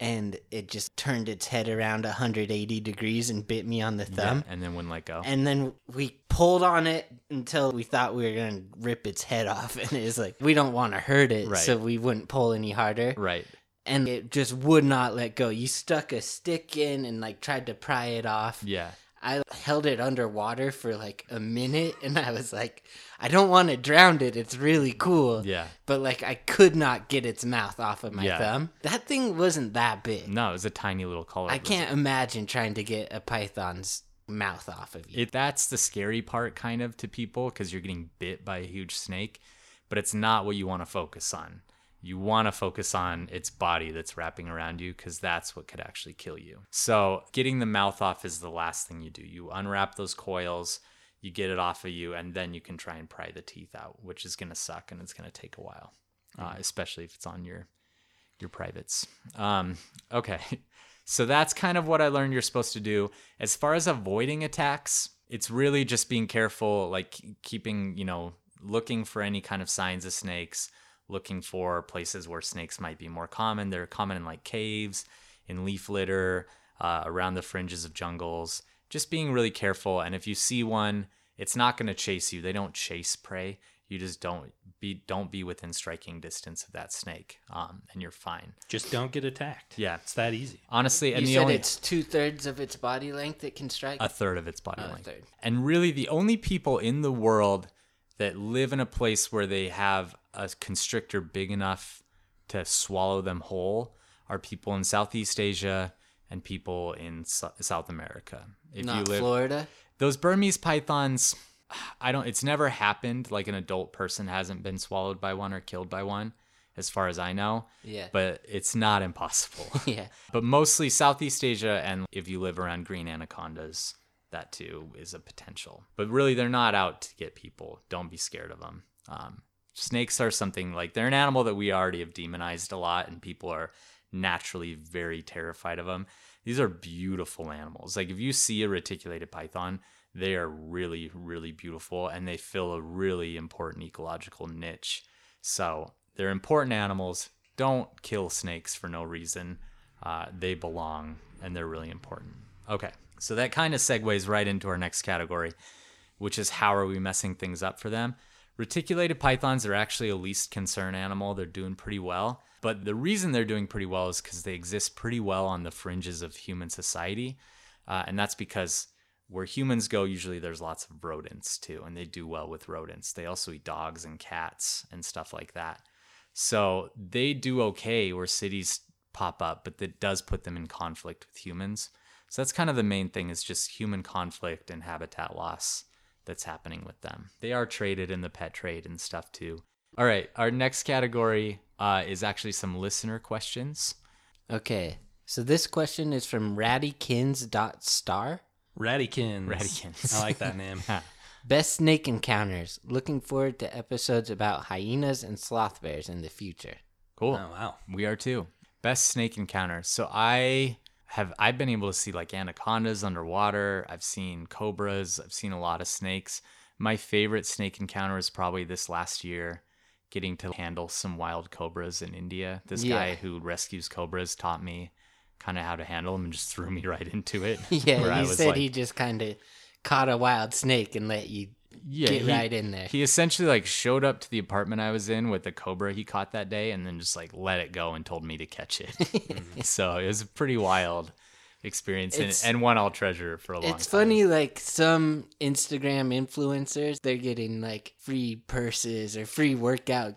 Speaker 3: and it just turned its head around 180 degrees and bit me on the
Speaker 2: Yeah,
Speaker 3: thumb.
Speaker 2: and then wouldn't let go.
Speaker 3: And then we pulled on it until we thought we were going to rip its head off. (laughs) And it was like, we don't want to hurt it,
Speaker 2: Right.
Speaker 3: so we wouldn't pull any harder.
Speaker 2: right.
Speaker 3: And it just would not let go. You stuck a stick in and like tried to pry it off.
Speaker 2: Yeah.
Speaker 3: I held it underwater for like a minute and I was like, I don't want to drown it. It's really cool.
Speaker 2: Yeah.
Speaker 3: But like, I could not get its mouth off of my
Speaker 2: Yeah. Mm.
Speaker 3: thumb. That thing wasn't that big.
Speaker 2: No, it was a tiny little color.
Speaker 3: I can't imagine trying to get a python's mouth off of you.
Speaker 2: It, that's the scary part, kind of, to people because you're getting bit by a huge snake, but it's not what you want to focus on. You want to focus on its body that's wrapping around you because that's what could actually kill you. So, getting the mouth off is the last thing you do. You unwrap those coils, you get it off of you, and then you can try and pry the teeth out, which is going to suck and it's going to take a while, uh, especially if it's on your your privates. Um, okay. So that's kind of what I learned you're supposed to do. As far as avoiding attacks, it's really just being careful, like keeping, you know, looking for any kind of signs of snakes, looking for places where snakes might be more common. They're common in like caves, in leaf litter, uh, around the fringes of jungles. Just being really careful. And if you see one, it's not going to chase you. They don't chase prey. You just don't be don't be within striking distance of that snake, um, and you're fine.
Speaker 1: (laughs) Just don't get attacked.
Speaker 2: Yeah.
Speaker 1: It's that easy.
Speaker 2: Honestly, and
Speaker 3: you
Speaker 2: the
Speaker 3: said
Speaker 2: only
Speaker 3: it's two thirds of its body length that can strike.
Speaker 2: a third of its body
Speaker 3: a
Speaker 2: length.
Speaker 3: third.
Speaker 2: And really, the only people in the world that live in a place where they have a constrictor big enough to swallow them whole are people in Southeast Asia and people in Sou- South America. If
Speaker 3: Not Florida.
Speaker 2: those Burmese pythons, I don't. It's never happened. Like an adult person hasn't been swallowed by one or killed by one, as far as I know.
Speaker 3: Yeah.
Speaker 2: But it's not impossible.
Speaker 3: (laughs)
Speaker 2: (laughs)
Speaker 3: Yeah.
Speaker 2: but mostly Southeast Asia, and if you live around green anacondas, that too is a potential. But really, they're not out to get people. Don't be scared of them. Um, snakes are something like they're an animal that we already have demonized a lot, and people are naturally very terrified of them. These are beautiful animals. Like if you see a reticulated python, they are really, really beautiful, and they fill a really important ecological niche. So they're important animals. Don't kill snakes for no reason. Uh, they belong and they're really important. Okay, so that kind of segues right into our next category, which is how are we messing things up for them? Reticulated pythons are actually a least concern animal. They're doing pretty well. But the reason they're doing pretty well is because they exist pretty well on the fringes of human society. Uh, and that's because where humans go, usually there's lots of rodents too, and they do well with rodents. They also eat dogs and cats and stuff like that. So they do okay where cities pop up, but that does put them in conflict with humans. So that's kind of the main thing is just human conflict and habitat loss that's happening with them. They are traded in the pet trade and stuff too. All right, our next category uh, is actually some listener questions. (laughs)
Speaker 3: Okay. So this question is from rattykins.star.
Speaker 1: Raddykins.
Speaker 2: Raddykins.
Speaker 1: I like that name.
Speaker 3: Best snake encounters. Looking forward to episodes about hyenas and sloth bears in the future.
Speaker 2: (laughs)
Speaker 3: (laughs)
Speaker 2: Cool.
Speaker 1: Oh, wow.
Speaker 2: We are too. Best snake encounters. So I have I've been able to see like anacondas underwater. I've seen cobras. I've seen a lot of snakes. My favorite snake encounter is probably this last year, getting to handle some wild cobras in India. This guy
Speaker 3: Yeah.
Speaker 2: who rescues cobras taught me kind of how to handle them and just threw me (laughs) right into it. where
Speaker 3: (laughs) Yeah,
Speaker 2: I
Speaker 3: you
Speaker 2: was
Speaker 3: said
Speaker 2: like-
Speaker 3: he just kind of caught a wild snake and let you
Speaker 2: yeah,
Speaker 3: get
Speaker 2: he-
Speaker 3: right in there.
Speaker 2: He essentially like showed up to the apartment I was in with the cobra he caught that day and then just like let it go and told me to catch
Speaker 3: (laughs)
Speaker 2: it. so it was a pretty wild experience and,
Speaker 3: It's-
Speaker 2: and one I'll treasure for a long
Speaker 3: it's
Speaker 2: time.
Speaker 3: funny, like some Instagram influencers, they're getting like free purses or free workout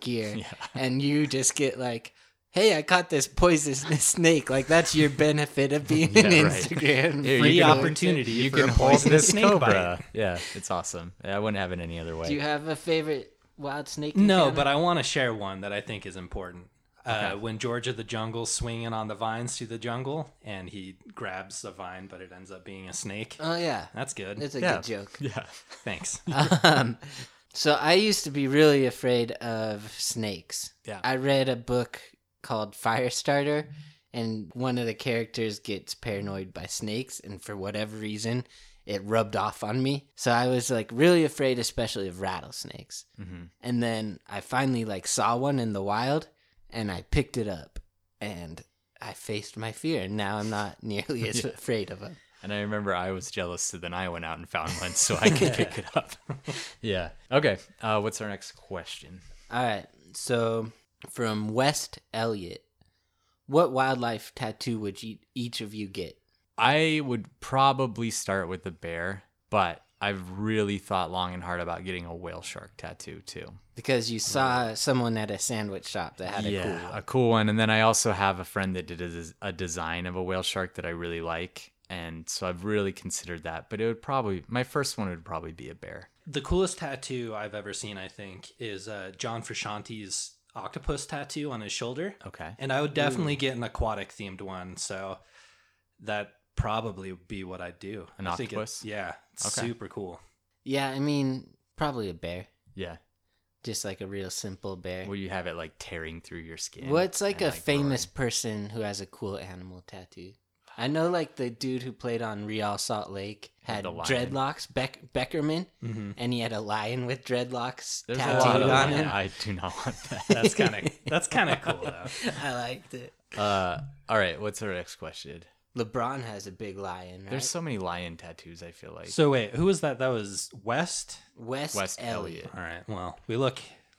Speaker 2: (laughs)
Speaker 3: gear, and you just get like, "Hey, I caught this poisonous (laughs) snake." Like that's your benefit of
Speaker 2: (laughs)
Speaker 3: being
Speaker 2: Yeah,
Speaker 3: an
Speaker 2: right.
Speaker 3: Instagram.
Speaker 2: Here, you
Speaker 3: free
Speaker 1: Free
Speaker 2: can-
Speaker 3: opportunity.
Speaker 1: opportunity
Speaker 2: You
Speaker 1: for
Speaker 2: can
Speaker 1: a
Speaker 2: hold
Speaker 1: poisonous
Speaker 2: this
Speaker 1: snake
Speaker 2: cobra. Yeah, it's awesome. I wouldn't have it any other way.
Speaker 3: Do you have a favorite wild snake?
Speaker 1: No,
Speaker 3: encounter?
Speaker 1: but I want to share one that I think is important. Uh, When George of the Jungle swinging on the vines through the jungle, and he grabs a vine, but it ends up being a snake.
Speaker 2: Uh,
Speaker 3: oh yeah,
Speaker 1: That's good.
Speaker 3: that's a
Speaker 2: Yeah.
Speaker 3: good joke.
Speaker 2: (laughs) yeah. (laughs)
Speaker 1: Thanks.
Speaker 2: Uh,
Speaker 3: um, so I used to be really afraid of snakes.
Speaker 1: Yeah.
Speaker 3: I read a book called Firestarter, and one of the characters gets paranoid by snakes, and for whatever reason, it rubbed off on me. So I was like really afraid, especially of rattlesnakes. And then I finally like saw one in the wild, and I picked it up, and I faced my fear. And now I'm not (laughs) nearly as afraid of them.
Speaker 2: And I remember I was jealous, so then I went out and found one so I
Speaker 3: (laughs)
Speaker 2: could pick it up. (laughs) yeah. Okay. Uh, what's our next question?
Speaker 3: All right. So from West Elliott, what wildlife tattoo would you, each of you get?
Speaker 2: I would probably start with the bear, but I've really thought long and hard about getting a whale shark tattoo too.
Speaker 3: Because you saw someone at a sandwich shop that had a cool.
Speaker 2: a cool one. And then I also have a friend that did a, a design of a whale shark that I really like, and so I've really considered that. But it would probably my first one would probably be a bear.
Speaker 1: the coolest tattoo I've ever seen, I think, is uh, John Frusciante's octopus tattoo on his shoulder.
Speaker 2: Okay.
Speaker 1: And I would definitely get an aquatic themed one. So that probably would be what I'd do.
Speaker 2: An
Speaker 1: I think it-
Speaker 2: octopus?
Speaker 1: yeah. It's
Speaker 2: Okay.
Speaker 1: super cool.
Speaker 3: Yeah, I mean, probably a bear.
Speaker 2: Yeah.
Speaker 3: Just like a real simple bear.
Speaker 2: Where you have it like tearing through your skin.
Speaker 3: What's like a
Speaker 2: and,
Speaker 3: famous person who has a cool animal tattoo? I know like the dude who played on Real Salt Lake had
Speaker 2: the lion.
Speaker 3: dreadlocks, Beck- Beckerman,
Speaker 1: Mhm.
Speaker 3: and he had a lion with dreadlocks
Speaker 2: roaring. There's a lot
Speaker 3: tattooed
Speaker 2: of
Speaker 3: on
Speaker 2: that.
Speaker 3: him.
Speaker 2: I do not want that. (laughs)
Speaker 1: That's kind of that's kind of cool though.
Speaker 3: (laughs) I liked it.
Speaker 2: Uh, all right. What's our next question?
Speaker 3: LeBron has a big lion, right?
Speaker 2: There's so many lion tattoos. I feel like.
Speaker 1: So wait, who was that? That was West.
Speaker 3: West,
Speaker 2: West
Speaker 3: Elliot.
Speaker 2: Elliot.
Speaker 1: All right. Well, we look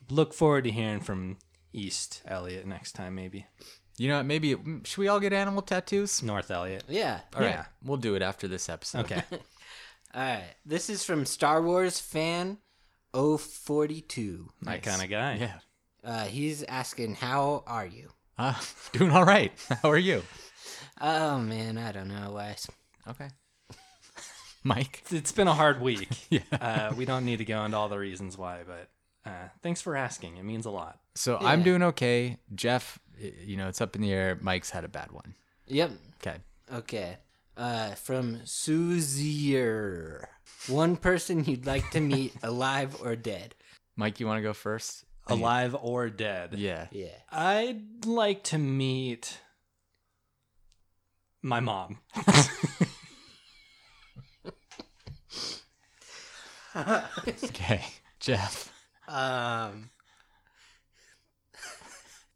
Speaker 1: look forward to hearing from East Elliot next time, maybe
Speaker 2: You know, what, maybe mm, should we all get animal tattoos?
Speaker 1: North Elliot.
Speaker 3: Yeah.
Speaker 2: All right,
Speaker 1: Yeah.
Speaker 2: we'll do it after this episode. (laughs)
Speaker 1: Okay.
Speaker 3: All right. This is from Star Wars fan 042.
Speaker 1: That kind of guy.
Speaker 2: Yeah.
Speaker 3: Uh, he's asking, How are you?
Speaker 2: Uh, (laughs) doing all right. How are you?
Speaker 3: Oh, man. I don't know, Wes.
Speaker 2: Okay. (laughs) Mike.
Speaker 1: It's been a hard week.
Speaker 2: (laughs) Yeah.
Speaker 1: uh, we don't need to go into all the reasons why, but uh, thanks for asking. It means a lot.
Speaker 2: So I'm
Speaker 3: Yeah.
Speaker 2: doing okay. Jeff, y- you know, it's up in the air. Mike's had a bad one.
Speaker 3: Yep.
Speaker 2: Okay.
Speaker 3: Okay. Uh, from Suzier. One person you'd like to
Speaker 2: (laughs)
Speaker 3: meet alive or dead.
Speaker 2: Mike, you want to go first?
Speaker 1: Alive or dead.
Speaker 2: Yeah.
Speaker 3: Yeah.
Speaker 1: I'd like to meet my mom.
Speaker 2: (laughs) Okay. Jeff.
Speaker 3: Um,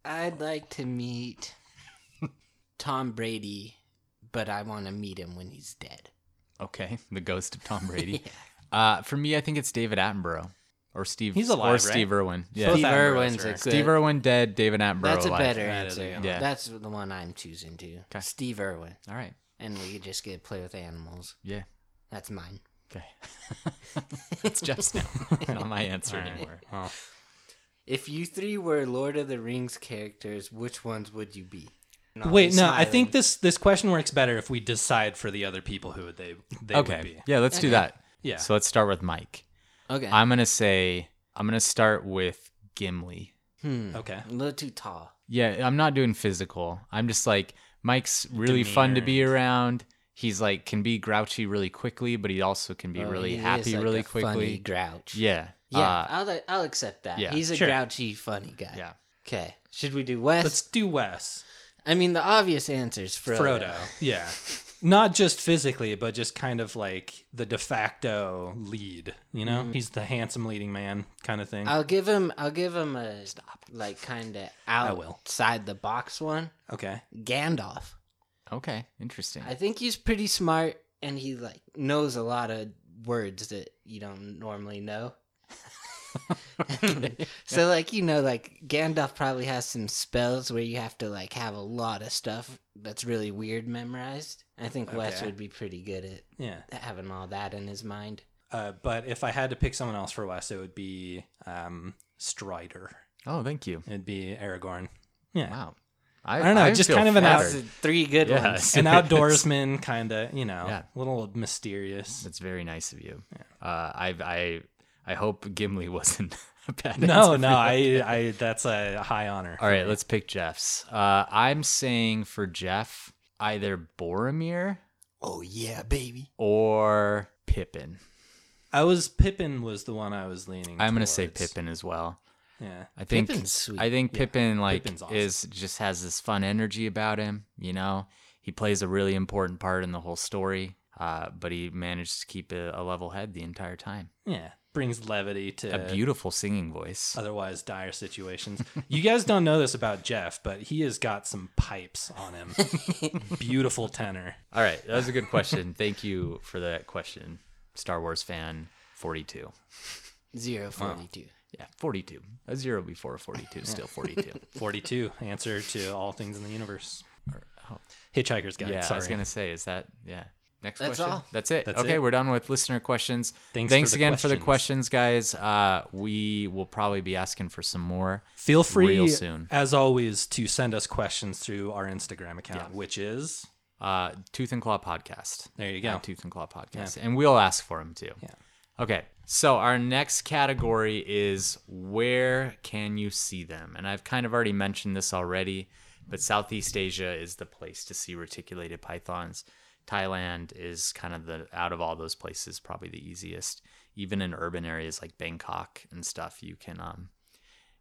Speaker 3: I'd like
Speaker 2: (laughs)
Speaker 3: to meet Tom Brady, but I want to meet him when he's dead.
Speaker 2: Okay. The ghost of Tom Brady. Uh, for me, I think it's David Attenborough or Steve.
Speaker 1: He's alive,
Speaker 2: Or
Speaker 1: right?
Speaker 2: Steve Irwin. Yeah.
Speaker 1: Both
Speaker 2: Steve,
Speaker 3: Steve
Speaker 1: Attenboroughs
Speaker 3: Irwin's
Speaker 1: are-
Speaker 3: a good.
Speaker 2: Steve Irwin dead. David Attenborough
Speaker 3: That's a
Speaker 2: alive.
Speaker 3: better
Speaker 1: That is a
Speaker 3: answer.
Speaker 1: good one.
Speaker 2: Yeah.
Speaker 3: That's the one I'm choosing to. Steve Irwin,
Speaker 2: All right.
Speaker 3: and we could just get to play with animals.
Speaker 2: Yeah.
Speaker 3: That's mine.
Speaker 2: Okay. That's Jeff's now. Not my answer anymore.
Speaker 1: Well,
Speaker 3: If you three were Lord of the Rings characters, which ones would you be?
Speaker 1: Wait,
Speaker 3: Oh, he's
Speaker 1: no. I
Speaker 3: smiling.
Speaker 1: think this this question works better if we decide for the other people who they they
Speaker 2: Okay.
Speaker 1: would be.
Speaker 2: Yeah, let's do that.
Speaker 1: Yeah.
Speaker 2: So let's start with Mike.
Speaker 3: Okay,
Speaker 2: I'm gonna say I'm gonna start with Gimli.
Speaker 1: Okay.
Speaker 3: a little too tall.
Speaker 2: Yeah, I'm not doing physical. I'm just like Mike's really fun to be around. He's like can be grouchy really quickly, but he also can be really
Speaker 3: Oh, He is
Speaker 2: happy
Speaker 3: like
Speaker 2: really
Speaker 3: a
Speaker 2: quickly.
Speaker 3: Funny grouch.
Speaker 2: Yeah.
Speaker 3: Yeah,
Speaker 2: Uh,
Speaker 3: I'll I'll accept that.
Speaker 2: yeah,
Speaker 3: He's a
Speaker 1: sure.
Speaker 3: grouchy, funny guy.
Speaker 2: yeah.
Speaker 3: Okay. Should we do West?
Speaker 1: Let's do Wes.
Speaker 3: I mean, the obvious answer's Frodo.
Speaker 1: Frodo. Yeah. Not just physically, but just kind of like the de facto lead, you know? He's the handsome leading man kind of thing.
Speaker 3: I'll give him. I'll give him a like kind of
Speaker 1: will.
Speaker 3: outside the box one.
Speaker 1: okay.
Speaker 3: Gandalf.
Speaker 2: Okay, interesting.
Speaker 3: I think he's pretty smart, and he like knows a lot of words that you don't normally know. (laughs) so like you know like Gandalf probably has some spells where you have to like have a lot of stuff that's really weird memorized. I think Wes
Speaker 1: Okay.
Speaker 3: would be pretty good at
Speaker 1: Yeah.
Speaker 3: having all that in his mind.
Speaker 1: Uh, but if I had to pick someone else for Wes, it would be um, Strider.
Speaker 2: oh, thank you.
Speaker 1: It'd be Aragorn. Yeah.
Speaker 2: Wow. I,
Speaker 1: don't know, just
Speaker 2: feel
Speaker 1: kind of an
Speaker 2: flattered.
Speaker 3: That's three good
Speaker 2: Yeah.
Speaker 3: ones.
Speaker 1: An outdoorsman, kind of, you know,
Speaker 2: Yeah.
Speaker 1: a little
Speaker 2: (laughs)
Speaker 1: mysterious.
Speaker 2: That's very nice of you. Uh, I I I hope Gimli (laughs) wasn't a bad
Speaker 1: No,
Speaker 2: answer.
Speaker 1: no, I, I, that's a high honor.
Speaker 2: All right, let's pick Jeff's. Uh, I'm saying for Jeff either Boromir
Speaker 3: Oh yeah, baby.
Speaker 2: or Pippin.
Speaker 1: I was Pippin was the one I was leaning.
Speaker 2: I'm gonna say
Speaker 1: towards.
Speaker 2: Pippin as well.
Speaker 1: Yeah,
Speaker 2: I think
Speaker 3: Pippin's sweet.
Speaker 2: I think Pippin like
Speaker 1: Pippin's awesome.
Speaker 2: is just has this fun energy about him. You know, he plays a really important part in the whole story, uh, but he managed to keep a, a level head the entire time.
Speaker 1: yeah, brings levity to
Speaker 2: A beautiful singing voice.
Speaker 1: otherwise dire situations. you guys don't know this about Jeff, but he has got some pipes on
Speaker 2: (laughs)
Speaker 1: him. Beautiful tenor.
Speaker 2: All right, that was a good question. (laughs) Thank you for that question, Star Wars fan 42.
Speaker 3: Zero forty two.
Speaker 2: Yeah, 42. A zero before a 42, still 42.
Speaker 1: (laughs) 42 answer to all things in the universe. Hitchhiker's Guide.
Speaker 2: Oh. yeah,
Speaker 1: sorry.
Speaker 2: I was gonna say, is that yeah? Next
Speaker 3: That's
Speaker 2: question.
Speaker 3: all.
Speaker 2: That's it.
Speaker 1: That's
Speaker 2: okay,
Speaker 1: it.
Speaker 2: we're done with listener questions.
Speaker 1: Thanks for the
Speaker 2: again for the
Speaker 1: questions.
Speaker 2: questions, guys. Uh, we will probably be asking for some more.
Speaker 1: Feel free,
Speaker 2: Real soon.
Speaker 1: as always, to send us questions through our Instagram account, which is
Speaker 2: Uh, Tooth and Claw podcast.
Speaker 1: There you go.
Speaker 2: At Tooth and Claw podcast, and we'll ask for them too.
Speaker 1: Yeah.
Speaker 2: Okay, so our next category is where can you see them? And I've kind of already mentioned this already, but Southeast Asia is the place to see reticulated pythons. Thailand is kind of the out of all those places probably the easiest. Even in urban areas like Bangkok and stuff, you can um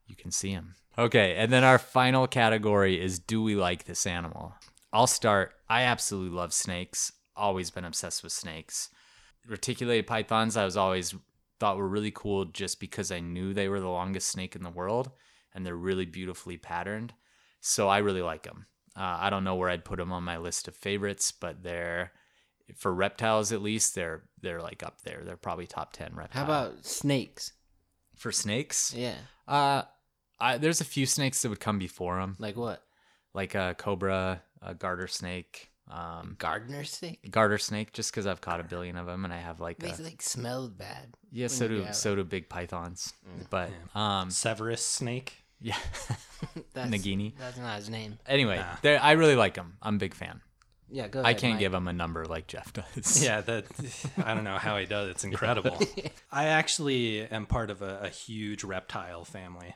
Speaker 2: you can see them. Okay, and then our final category is do we like this animal? I'll start. I absolutely love snakes. Always been obsessed with snakes reticulated pythons I was always thought were really cool just because I knew they were the longest snake in the world and they're really beautifully patterned. So I really like them. Uh, I don't know where I'd put them on my list of favorites, but they're for reptiles at least they're they're like up there. They're probably top ten reptiles.
Speaker 3: How about snakes?
Speaker 2: for snakes?
Speaker 3: Yeah.
Speaker 2: Uh, I, there's a few snakes that would come before them,
Speaker 3: Like what?
Speaker 2: like a cobra, a garter snake, um,
Speaker 3: Gardener snake?
Speaker 2: garter snake. Just because I've caught a billion of them and I have like
Speaker 3: They
Speaker 2: a,
Speaker 3: like smelled bad. (laughs)
Speaker 2: Yeah,
Speaker 3: when
Speaker 2: so
Speaker 3: you
Speaker 2: do
Speaker 3: get out.
Speaker 2: so do big pythons.
Speaker 1: Mm.
Speaker 2: But um (laughs)
Speaker 1: Severus Snake.
Speaker 2: yeah.
Speaker 3: That's,
Speaker 2: Nagini.
Speaker 3: That's not his name.
Speaker 2: anyway, they're I really like them. I'm a big fan.
Speaker 3: Yeah, go
Speaker 2: I
Speaker 3: ahead,
Speaker 2: can't
Speaker 3: (laughs) Mike.
Speaker 2: give them a number like Jeff (laughs) does.
Speaker 1: Yeah, that I don't know how he does. (laughs) It's incredible. I actually am part of a, a huge reptile family.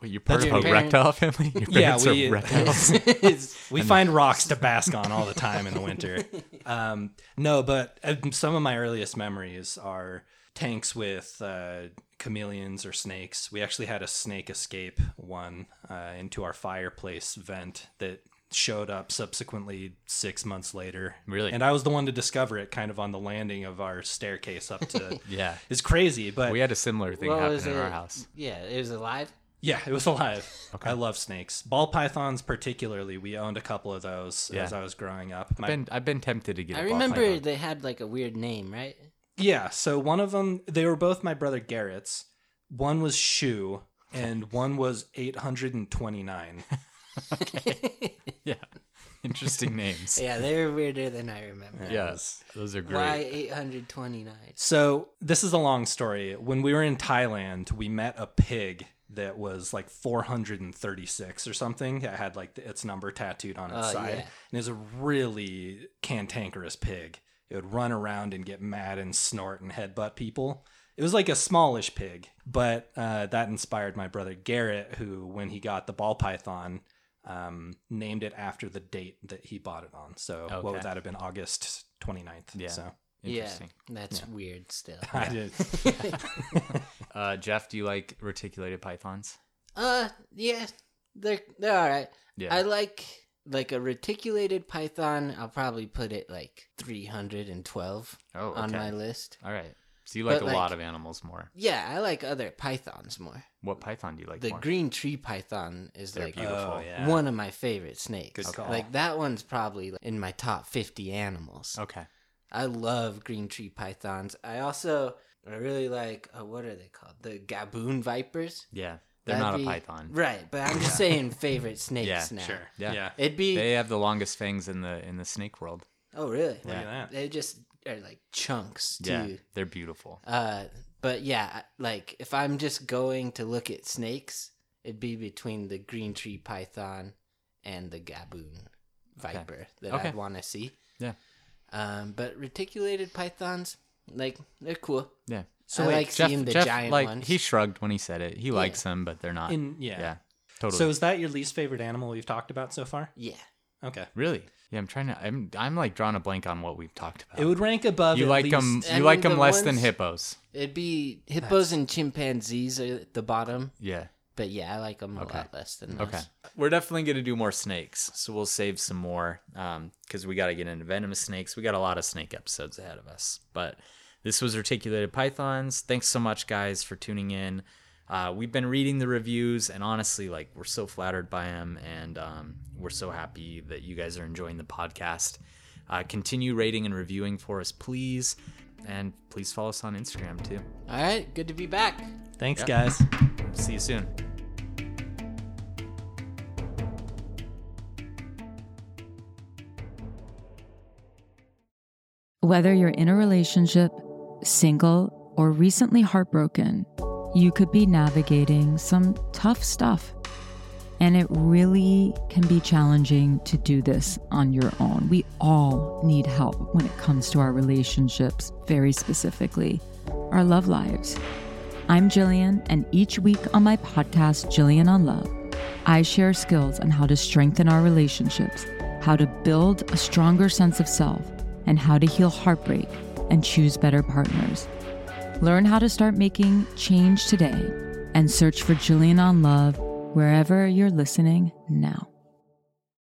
Speaker 2: Wait, you're part
Speaker 3: That's
Speaker 2: of a
Speaker 3: your parent-
Speaker 2: reptile family? Your
Speaker 1: Yeah,
Speaker 2: parents
Speaker 1: we- (laughs)
Speaker 2: are reptiles.
Speaker 1: We find rocks to bask on all the time in the winter. Um, no, but uh, some of my earliest memories are tanks with uh, chameleons or snakes. We actually had a snake escape one uh, into our fireplace vent that showed up subsequently six months later.
Speaker 2: Really?
Speaker 1: And I was the one to discover it kind of on the landing of our staircase up to.
Speaker 2: (laughs) yeah.
Speaker 1: It's crazy, but
Speaker 2: We had a similar thing
Speaker 3: What
Speaker 2: happen
Speaker 3: was
Speaker 2: in our
Speaker 3: it?
Speaker 2: house.
Speaker 3: Yeah, it was alive.
Speaker 1: Yeah, it was alive. I love snakes. Ball pythons, particularly, we owned a couple of those
Speaker 2: Yeah.
Speaker 1: as I was growing up. My-
Speaker 2: Been, I've been tempted to get
Speaker 3: I
Speaker 2: a ball
Speaker 3: remember
Speaker 2: python. (laughs)
Speaker 3: they had like a weird name, right?
Speaker 1: yeah, so one of them, they were both my brother Garrett's. One was Shoe, and one was 829.
Speaker 2: Yeah. Interesting names.
Speaker 3: Yeah, they were weirder than I remember.
Speaker 2: Yes. Those are great.
Speaker 3: Why 829?
Speaker 1: So this is a long story. When we were in Thailand, we met a pig that was like 436 or something. It had like its number tattooed on its
Speaker 3: Oh,
Speaker 1: side,
Speaker 3: yeah.
Speaker 1: and it was a really cantankerous pig. It would run around and get mad and snort and headbutt people. It was like a smallish pig, but uh, that inspired my brother Garrett, who, when he got the ball python, um, named it after the date that he bought it on. So what
Speaker 2: Okay.
Speaker 1: would that have been? August 29th.
Speaker 2: Yeah.
Speaker 1: So
Speaker 3: Yeah,
Speaker 2: Interesting.
Speaker 3: that's
Speaker 2: (laughs)
Speaker 3: weird still.
Speaker 1: (laughs) I did.
Speaker 2: Uh, Jeff, do you like reticulated pythons?
Speaker 3: uh, yeah, they're they're all right.
Speaker 2: Yeah.
Speaker 3: I like like a reticulated python, I'll probably put it like 312
Speaker 2: Oh,
Speaker 3: on
Speaker 2: okay.
Speaker 3: my list.
Speaker 2: All right. So you like
Speaker 3: But,
Speaker 2: a
Speaker 3: like-
Speaker 2: lot of animals more.
Speaker 3: Yeah, I like other pythons more.
Speaker 2: What python do you like
Speaker 3: The
Speaker 2: more?
Speaker 3: green tree python is
Speaker 2: They're
Speaker 3: like
Speaker 2: beautiful.
Speaker 1: Oh, yeah.
Speaker 3: one of my favorite snakes.
Speaker 1: Good call.
Speaker 3: Like that one's probably like, in my top 50 animals.
Speaker 2: Okay.
Speaker 3: I love green tree pythons. I also I really like uh, what are they called? The gaboon vipers.
Speaker 2: Yeah. They're
Speaker 3: That'd
Speaker 2: not
Speaker 3: be-
Speaker 2: a python.
Speaker 3: right? But I'm just saying favorite
Speaker 2: (laughs)
Speaker 3: snakes
Speaker 2: Yeah,
Speaker 3: now.
Speaker 1: Sure.
Speaker 2: Yeah.
Speaker 1: Yeah.
Speaker 3: It'd be
Speaker 2: They have the longest fangs in the in the snake world.
Speaker 3: oh really?
Speaker 1: Look at that.
Speaker 3: They just are like chunks too.
Speaker 2: Yeah. They're beautiful.
Speaker 3: Uh, but yeah, like if I'm just going to look at snakes, it'd be between the green tree python and the gaboon viper that
Speaker 2: Okay.
Speaker 3: I'd want to see.
Speaker 2: Yeah.
Speaker 3: Um, but reticulated pythons, like they're cool.
Speaker 2: Yeah.
Speaker 3: So I like seeing the giant
Speaker 2: like,
Speaker 3: ones.
Speaker 2: He shrugged when he said it. He likes them, but they're not.
Speaker 1: In- yeah.
Speaker 2: yeah. Totally.
Speaker 1: So is that your least favorite animal we've talked about so far?
Speaker 3: Yeah.
Speaker 1: Okay.
Speaker 2: really? Yeah. I'm trying to. I'm. I'm like drawing a blank on what we've talked about.
Speaker 1: It would rank above.
Speaker 2: you
Speaker 1: at
Speaker 2: like
Speaker 1: least-
Speaker 2: them.
Speaker 3: I
Speaker 2: You like
Speaker 3: mean,
Speaker 2: them
Speaker 3: the
Speaker 2: less than
Speaker 3: ones-
Speaker 2: hippos.
Speaker 3: It'd be hippos and chimpanzees are at the bottom,
Speaker 2: Yeah.
Speaker 3: but yeah, I like them a lot less than those.
Speaker 2: Okay. We're definitely going to do more snakes. So we'll save some more because we got to get into venomous snakes. We got a lot of snake episodes ahead of us. But this was Reticulated Pythons. Thanks so much, guys, for tuning in. Uh, we've been reading the reviews, and honestly, like, we're so flattered by them. And um, we're so happy that you guys are enjoying the podcast. Uh, continue rating and reviewing for us, please. And please follow us on Instagram, too.
Speaker 3: All right. Good to be back.
Speaker 1: Thanks,
Speaker 2: Yeah.
Speaker 1: guys.
Speaker 2: See you soon.
Speaker 4: Whether you're in a relationship, single, or recently heartbroken, you could be navigating some tough stuff. And it really can be challenging to do this on your own. We all need help when it comes to our relationships, very specifically, our love lives. I'm Jillian, and each week on my podcast, Jillian on Love, I share skills on how to strengthen our relationships, how to build a stronger sense of self, and how to heal heartbreak and choose better partners. Learn how to start making change today and search for Jillian on Love wherever you're listening now.